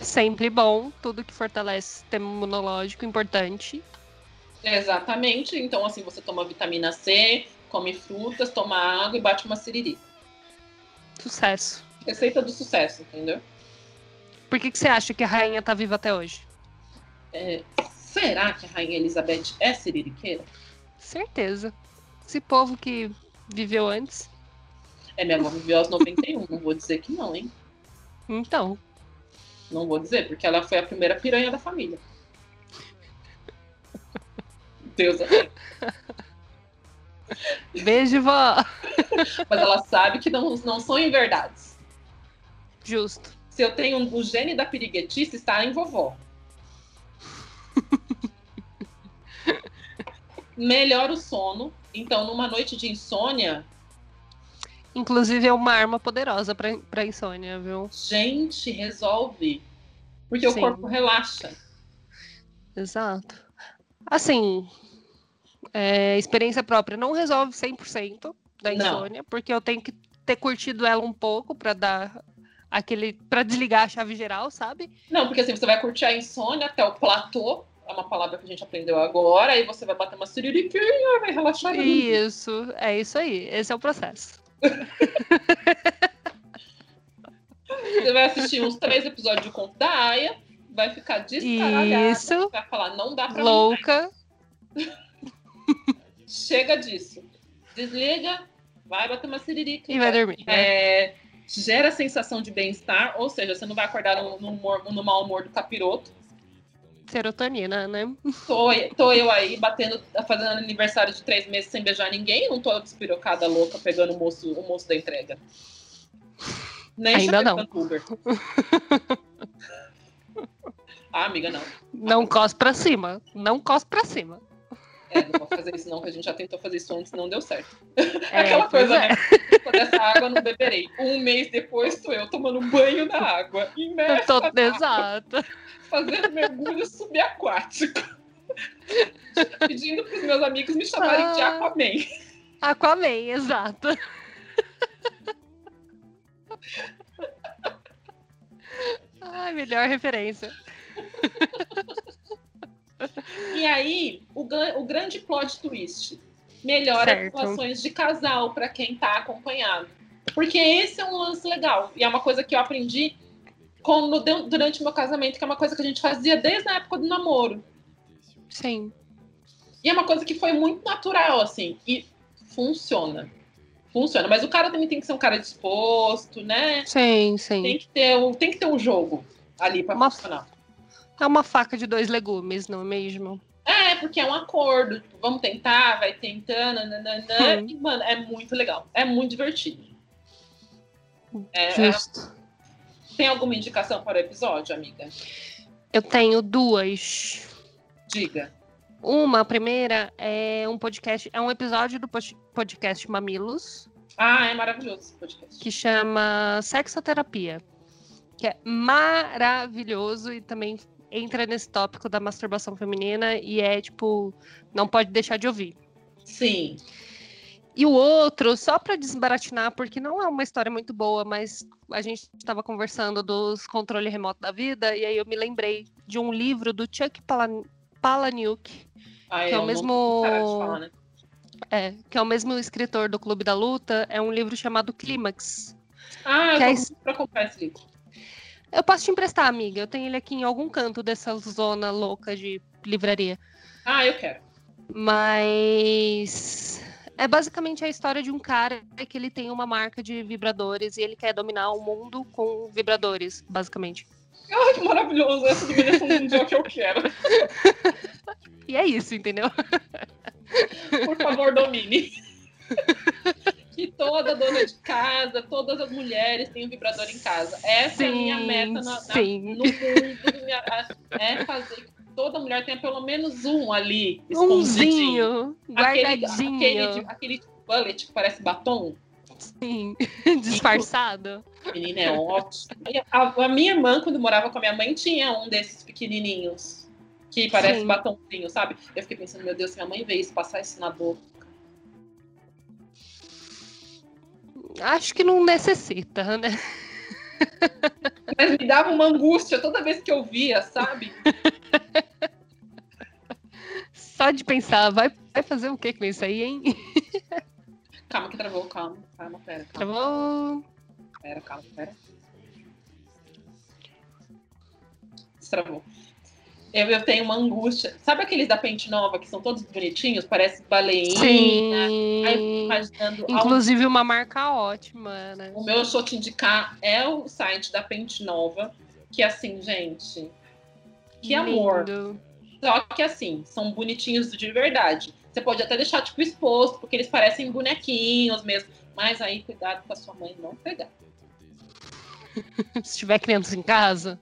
Speaker 2: Sempre bom, tudo que fortalece o sistema imunológico, importante.
Speaker 1: Exatamente. Então, assim, você toma vitamina C, come frutas, toma água e bate uma siriri.
Speaker 2: Sucesso.
Speaker 1: Receita do sucesso, entendeu?
Speaker 2: Por que, que você acha que a rainha tá viva até hoje?
Speaker 1: É, será que a Rainha Elizabeth é siririqueira?
Speaker 2: Certeza. Esse povo que viveu antes,
Speaker 1: É, minha avó viveu aos 91, não vou dizer que não, hein?
Speaker 2: então.
Speaker 1: Não vou dizer, porque ela foi a primeira piranha da família. Deus,
Speaker 2: Beijo, vó.
Speaker 1: mas ela sabe que não, não são inverdades.
Speaker 2: Justo.
Speaker 1: Se eu tenho um, o gene da piriguetice, está em vovó. Melhora o sono. Então, numa noite de insônia,
Speaker 2: Inclusive, é uma arma poderosa pra, pra insônia, viu?
Speaker 1: gente, resolve. Porque
Speaker 2: Sim.
Speaker 1: o corpo relaxa.
Speaker 2: Exato. Assim, é, experiência própria não resolve 100% da
Speaker 1: Não.
Speaker 2: insônia, porque eu tenho que ter curtido ela um pouco para dar aquele para desligar a chave geral, sabe?
Speaker 1: Não, porque assim, você vai curtir a insônia até o platô, é uma palavra que a gente aprendeu agora, aí você vai bater uma siririquinha, vai relaxar. ali.
Speaker 2: Isso, é isso aí. Esse é o processo.
Speaker 1: Você vai assistir uns três episódios de Conto da Aya, vai ficar descaralhada,
Speaker 2: Isso.
Speaker 1: vai falar, não dá pra mim,
Speaker 2: Louca.
Speaker 1: chega disso. Desliga, vai bater uma siririca.
Speaker 2: E vai dormir. né?
Speaker 1: É, gera sensação de bem-estar, ou seja, você não vai acordar no, no, humor, no mau humor do capiroto.
Speaker 2: Serotonina, né?
Speaker 1: Tô, tô eu aí batendo, fazendo aniversário de três meses sem beijar ninguém, não tô despirocada louca pegando o moço, o moço da entrega. Nem
Speaker 2: Ainda não.
Speaker 1: chamando Uber. ah, amiga, não.
Speaker 2: Não cos pra cima. Não cos pra cima.
Speaker 1: É, não vou fazer isso não, que a gente já tentou fazer isso antes e não deu certo.
Speaker 2: É,
Speaker 1: Aquela
Speaker 2: pois
Speaker 1: coisa,
Speaker 2: é.
Speaker 1: né? Toda essa água não beberei. Um mês depois tô eu tomando banho na água.
Speaker 2: Eu
Speaker 1: Imersa
Speaker 2: tô...
Speaker 1: na
Speaker 2: Exato.
Speaker 1: fazendo mergulho subaquático. Pedindo pros meus amigos me chamarem de
Speaker 2: Ah.
Speaker 1: Aquaman.
Speaker 2: Aquaman, exato. Ai, melhor referência.
Speaker 1: E aí, o, gan- o grande plot twist. Melhora as
Speaker 2: Certo.
Speaker 1: relações de casal para quem tá acompanhado. Porque esse é um lance legal. E é uma coisa que eu aprendi com- no- durante o meu casamento, que é uma coisa que a gente fazia desde a época do namoro.
Speaker 2: Sim.
Speaker 1: E é uma coisa que foi muito natural, assim, e funciona. Funciona. Mas o cara também tem que ser um cara disposto, né?
Speaker 2: Sim, sim.
Speaker 1: Tem que ter um, tem que ter um jogo ali pra
Speaker 2: Uma-
Speaker 1: funcionar.
Speaker 2: É uma faca de dois legumes, não é mesmo?
Speaker 1: É, porque é um acordo. Tipo, vamos tentar, vai tentando, nananã.
Speaker 2: Hum.
Speaker 1: E, mano, é muito legal. É muito divertido. É, é-
Speaker 2: Justo.
Speaker 1: tem alguma indicação para o episódio, amiga?
Speaker 2: Eu tenho duas.
Speaker 1: Diga.
Speaker 2: Uma, a primeira, é um podcast, é um episódio do pod- podcast Mamilos,
Speaker 1: Ah, é maravilhoso esse podcast.
Speaker 2: que chama Sexoterapia, que é maravilhoso e também entra nesse tópico da masturbação feminina e é tipo, não pode deixar de ouvir.
Speaker 1: Sim.
Speaker 2: E o outro, só para desbaratinar, porque não é uma história muito boa, mas a gente estava conversando dos controle remoto da vida, e aí eu me lembrei de um livro do Chuck Palan- Palahniuk,
Speaker 1: Ah,
Speaker 2: que é o
Speaker 1: eu não-
Speaker 2: mesmo
Speaker 1: cara, de falar, né?
Speaker 2: é, que é o mesmo escritor do Clube da Luta, é um livro chamado Clímax.
Speaker 1: Ah, eu
Speaker 2: Que é
Speaker 1: tô
Speaker 2: esse-
Speaker 1: pra comprar esse livro.
Speaker 2: Eu posso te emprestar, amiga, eu tenho ele aqui em algum canto dessa zona louca de livraria.
Speaker 1: Ah, eu quero.
Speaker 2: Mas é basicamente a história de um cara que ele tem uma marca de vibradores e ele quer dominar o mundo com vibradores, basicamente.
Speaker 1: Ai, que maravilhoso. Essa dominação mundial que eu quero.
Speaker 2: E é isso, entendeu?
Speaker 1: Por favor, domine. que toda dona de casa, todas as mulheres têm um vibrador em casa. Essa é a minha meta na, na-
Speaker 2: sim.
Speaker 1: no mundo. minha- é fazer que toda mulher tenha pelo menos um ali. escondidinho.
Speaker 2: Umzinho,
Speaker 1: Aquele,
Speaker 2: guardadinho,
Speaker 1: aquele, de- aquele bullet que parece batom.
Speaker 2: sim, disfarçado.
Speaker 1: Menina, é ótimo. E A, a minha irmã, quando morava com a minha mãe, tinha um desses pequenininhos. Que parece
Speaker 2: Sim.
Speaker 1: batomzinho, sabe? Eu fiquei pensando, meu Deus, se minha mãe vê isso, passar isso na boca.
Speaker 2: Acho que não necessita, né?
Speaker 1: Mas me dava uma angústia toda vez que eu via, sabe?
Speaker 2: Só de pensar, vai, vai fazer o que com isso aí, hein?
Speaker 1: Calma que travou, calma, calma, pera, calma,
Speaker 2: Travou.
Speaker 1: pera, calma, pera. Destravou. Eu, eu tenho uma angústia. Sabe aqueles da Pente Nova que são todos bonitinhos? Parece baleinha. Aí eu fico
Speaker 2: Sim.
Speaker 1: imaginando. ah,
Speaker 2: Inclusive uma marca ótima, né?
Speaker 1: O meu eu sou te indicar é o site da Pente Nova. Que assim, gente. Que amor.
Speaker 2: Lindo.
Speaker 1: Só que assim, são bonitinhos de verdade. Você pode até deixar, tipo, exposto, porque eles parecem bonequinhos mesmo. Mas aí, cuidado com a sua mãe não pegar.
Speaker 2: Se tiver criança em casa,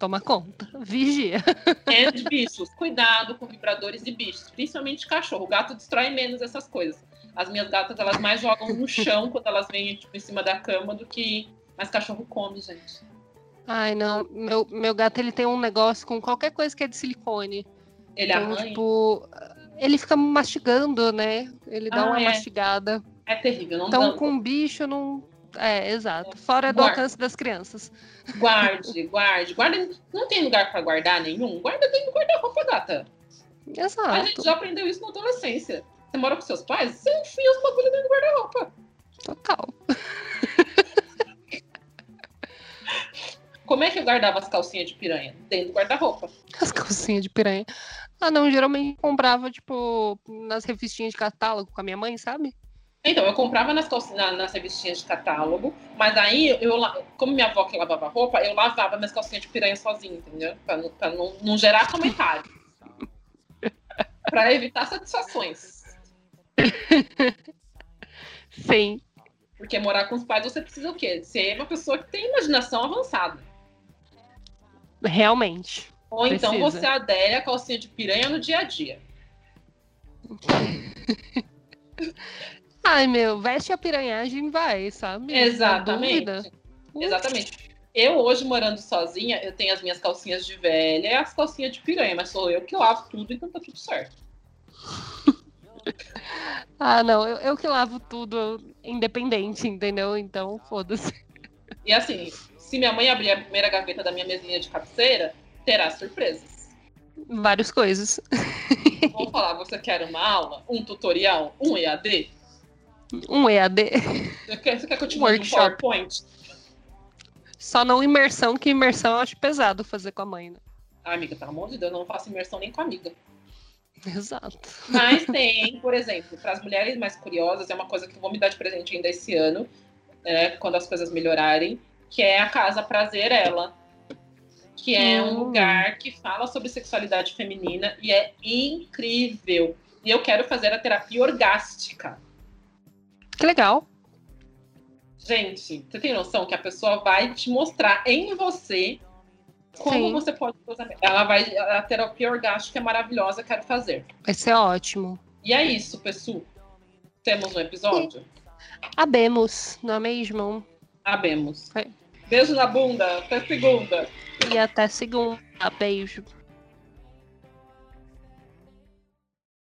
Speaker 2: toma conta. Vigia.
Speaker 1: É de bichos. Cuidado com vibradores e bichos, principalmente cachorro. O gato destrói menos essas coisas. As minhas gatas, elas mais jogam no chão quando elas vêm, tipo, em cima da cama do que. Mas cachorro come, gente.
Speaker 2: Ai, não. Meu, meu gato, ele tem um negócio com qualquer coisa que é de silicone.
Speaker 1: Ele
Speaker 2: Então,
Speaker 1: arranha.
Speaker 2: tipo, ele fica mastigando, né? Ele dá
Speaker 1: Ah,
Speaker 2: uma
Speaker 1: é.
Speaker 2: mastigada.
Speaker 1: É terrível. Não
Speaker 2: Então,
Speaker 1: dá-
Speaker 2: com bicho, não. É, exato. Fora do
Speaker 1: Guarda.
Speaker 2: alcance das crianças.
Speaker 1: Guarde, guarde. Guarda. Não tem lugar pra guardar nenhum? Guarda dentro do guarda-roupa, gata. A gente
Speaker 2: Exato.
Speaker 1: já aprendeu isso na adolescência. Você mora com seus pais? Você enfia os bagulhos dentro do guarda-roupa.
Speaker 2: Total.
Speaker 1: Como é que eu guardava as calcinhas de piranha? Dentro do guarda-roupa.
Speaker 2: As calcinhas de piranha. Ah, não. Geralmente comprava, tipo, nas revistinhas de catálogo com a minha mãe, sabe?
Speaker 1: Então, eu comprava nas, calci- na- nas revistinhas de catálogo, mas aí, eu, la- como minha avó que lavava roupa, eu lavava minhas calcinhas de piranha sozinha, entendeu? Pra, não- pra não, não gerar comentário. pra evitar satisfações.
Speaker 2: Sim.
Speaker 1: Porque morar com os pais, você precisa o quê? Ser uma pessoa que tem imaginação avançada.
Speaker 2: Realmente.
Speaker 1: Ou então
Speaker 2: Precisa.
Speaker 1: você adere à calcinha de piranha no dia a dia.
Speaker 2: Ai, meu, veste a piranhagem e vai, sabe? Na dúvida.
Speaker 1: Exatamente. Exatamente. Eu hoje morando sozinha, eu tenho as minhas calcinhas de velha e as calcinhas de piranha, mas sou eu que lavo tudo, então tá tudo certo.
Speaker 2: Ah, não, eu, eu que lavo tudo independente, entendeu? Então, foda-se.
Speaker 1: E assim, se minha mãe abrir a primeira gaveta da minha mesinha de cabeceira, terá surpresas.
Speaker 2: Várias coisas.
Speaker 1: Vou falar, você quer uma aula, um tutorial, um EAD?
Speaker 2: Um EAD.
Speaker 1: Você quer, você quer que eu te mande um
Speaker 2: Workshop.
Speaker 1: PowerPoint?
Speaker 2: Só não imersão, que imersão eu acho pesado fazer com a mãe, né?
Speaker 1: Ah, amiga, pelo amor de Deus, eu não faço imersão nem com a amiga.
Speaker 2: Exato.
Speaker 1: Mas tem, por exemplo, para as mulheres mais curiosas, é uma coisa que eu vou me dar de presente ainda esse ano, é, quando as coisas melhorarem, que é a Casa Prazer Ela. Que é um
Speaker 2: Hum.
Speaker 1: lugar que fala sobre sexualidade feminina e é incrível. E eu quero fazer a terapia orgástica.
Speaker 2: Que legal.
Speaker 1: Gente, você tem noção que a pessoa vai te mostrar em você como
Speaker 2: Sim.
Speaker 1: você pode usar. Ela vai. A terapia orgástica é maravilhosa, eu quero fazer.
Speaker 2: Vai ser ótimo.
Speaker 1: E é isso, pessoal. Temos um episódio?
Speaker 2: Abemos, não é mesmo?
Speaker 1: Sabemos.
Speaker 2: É.
Speaker 1: Beijo na bunda. Até segunda.
Speaker 2: E até segunda. Beijo.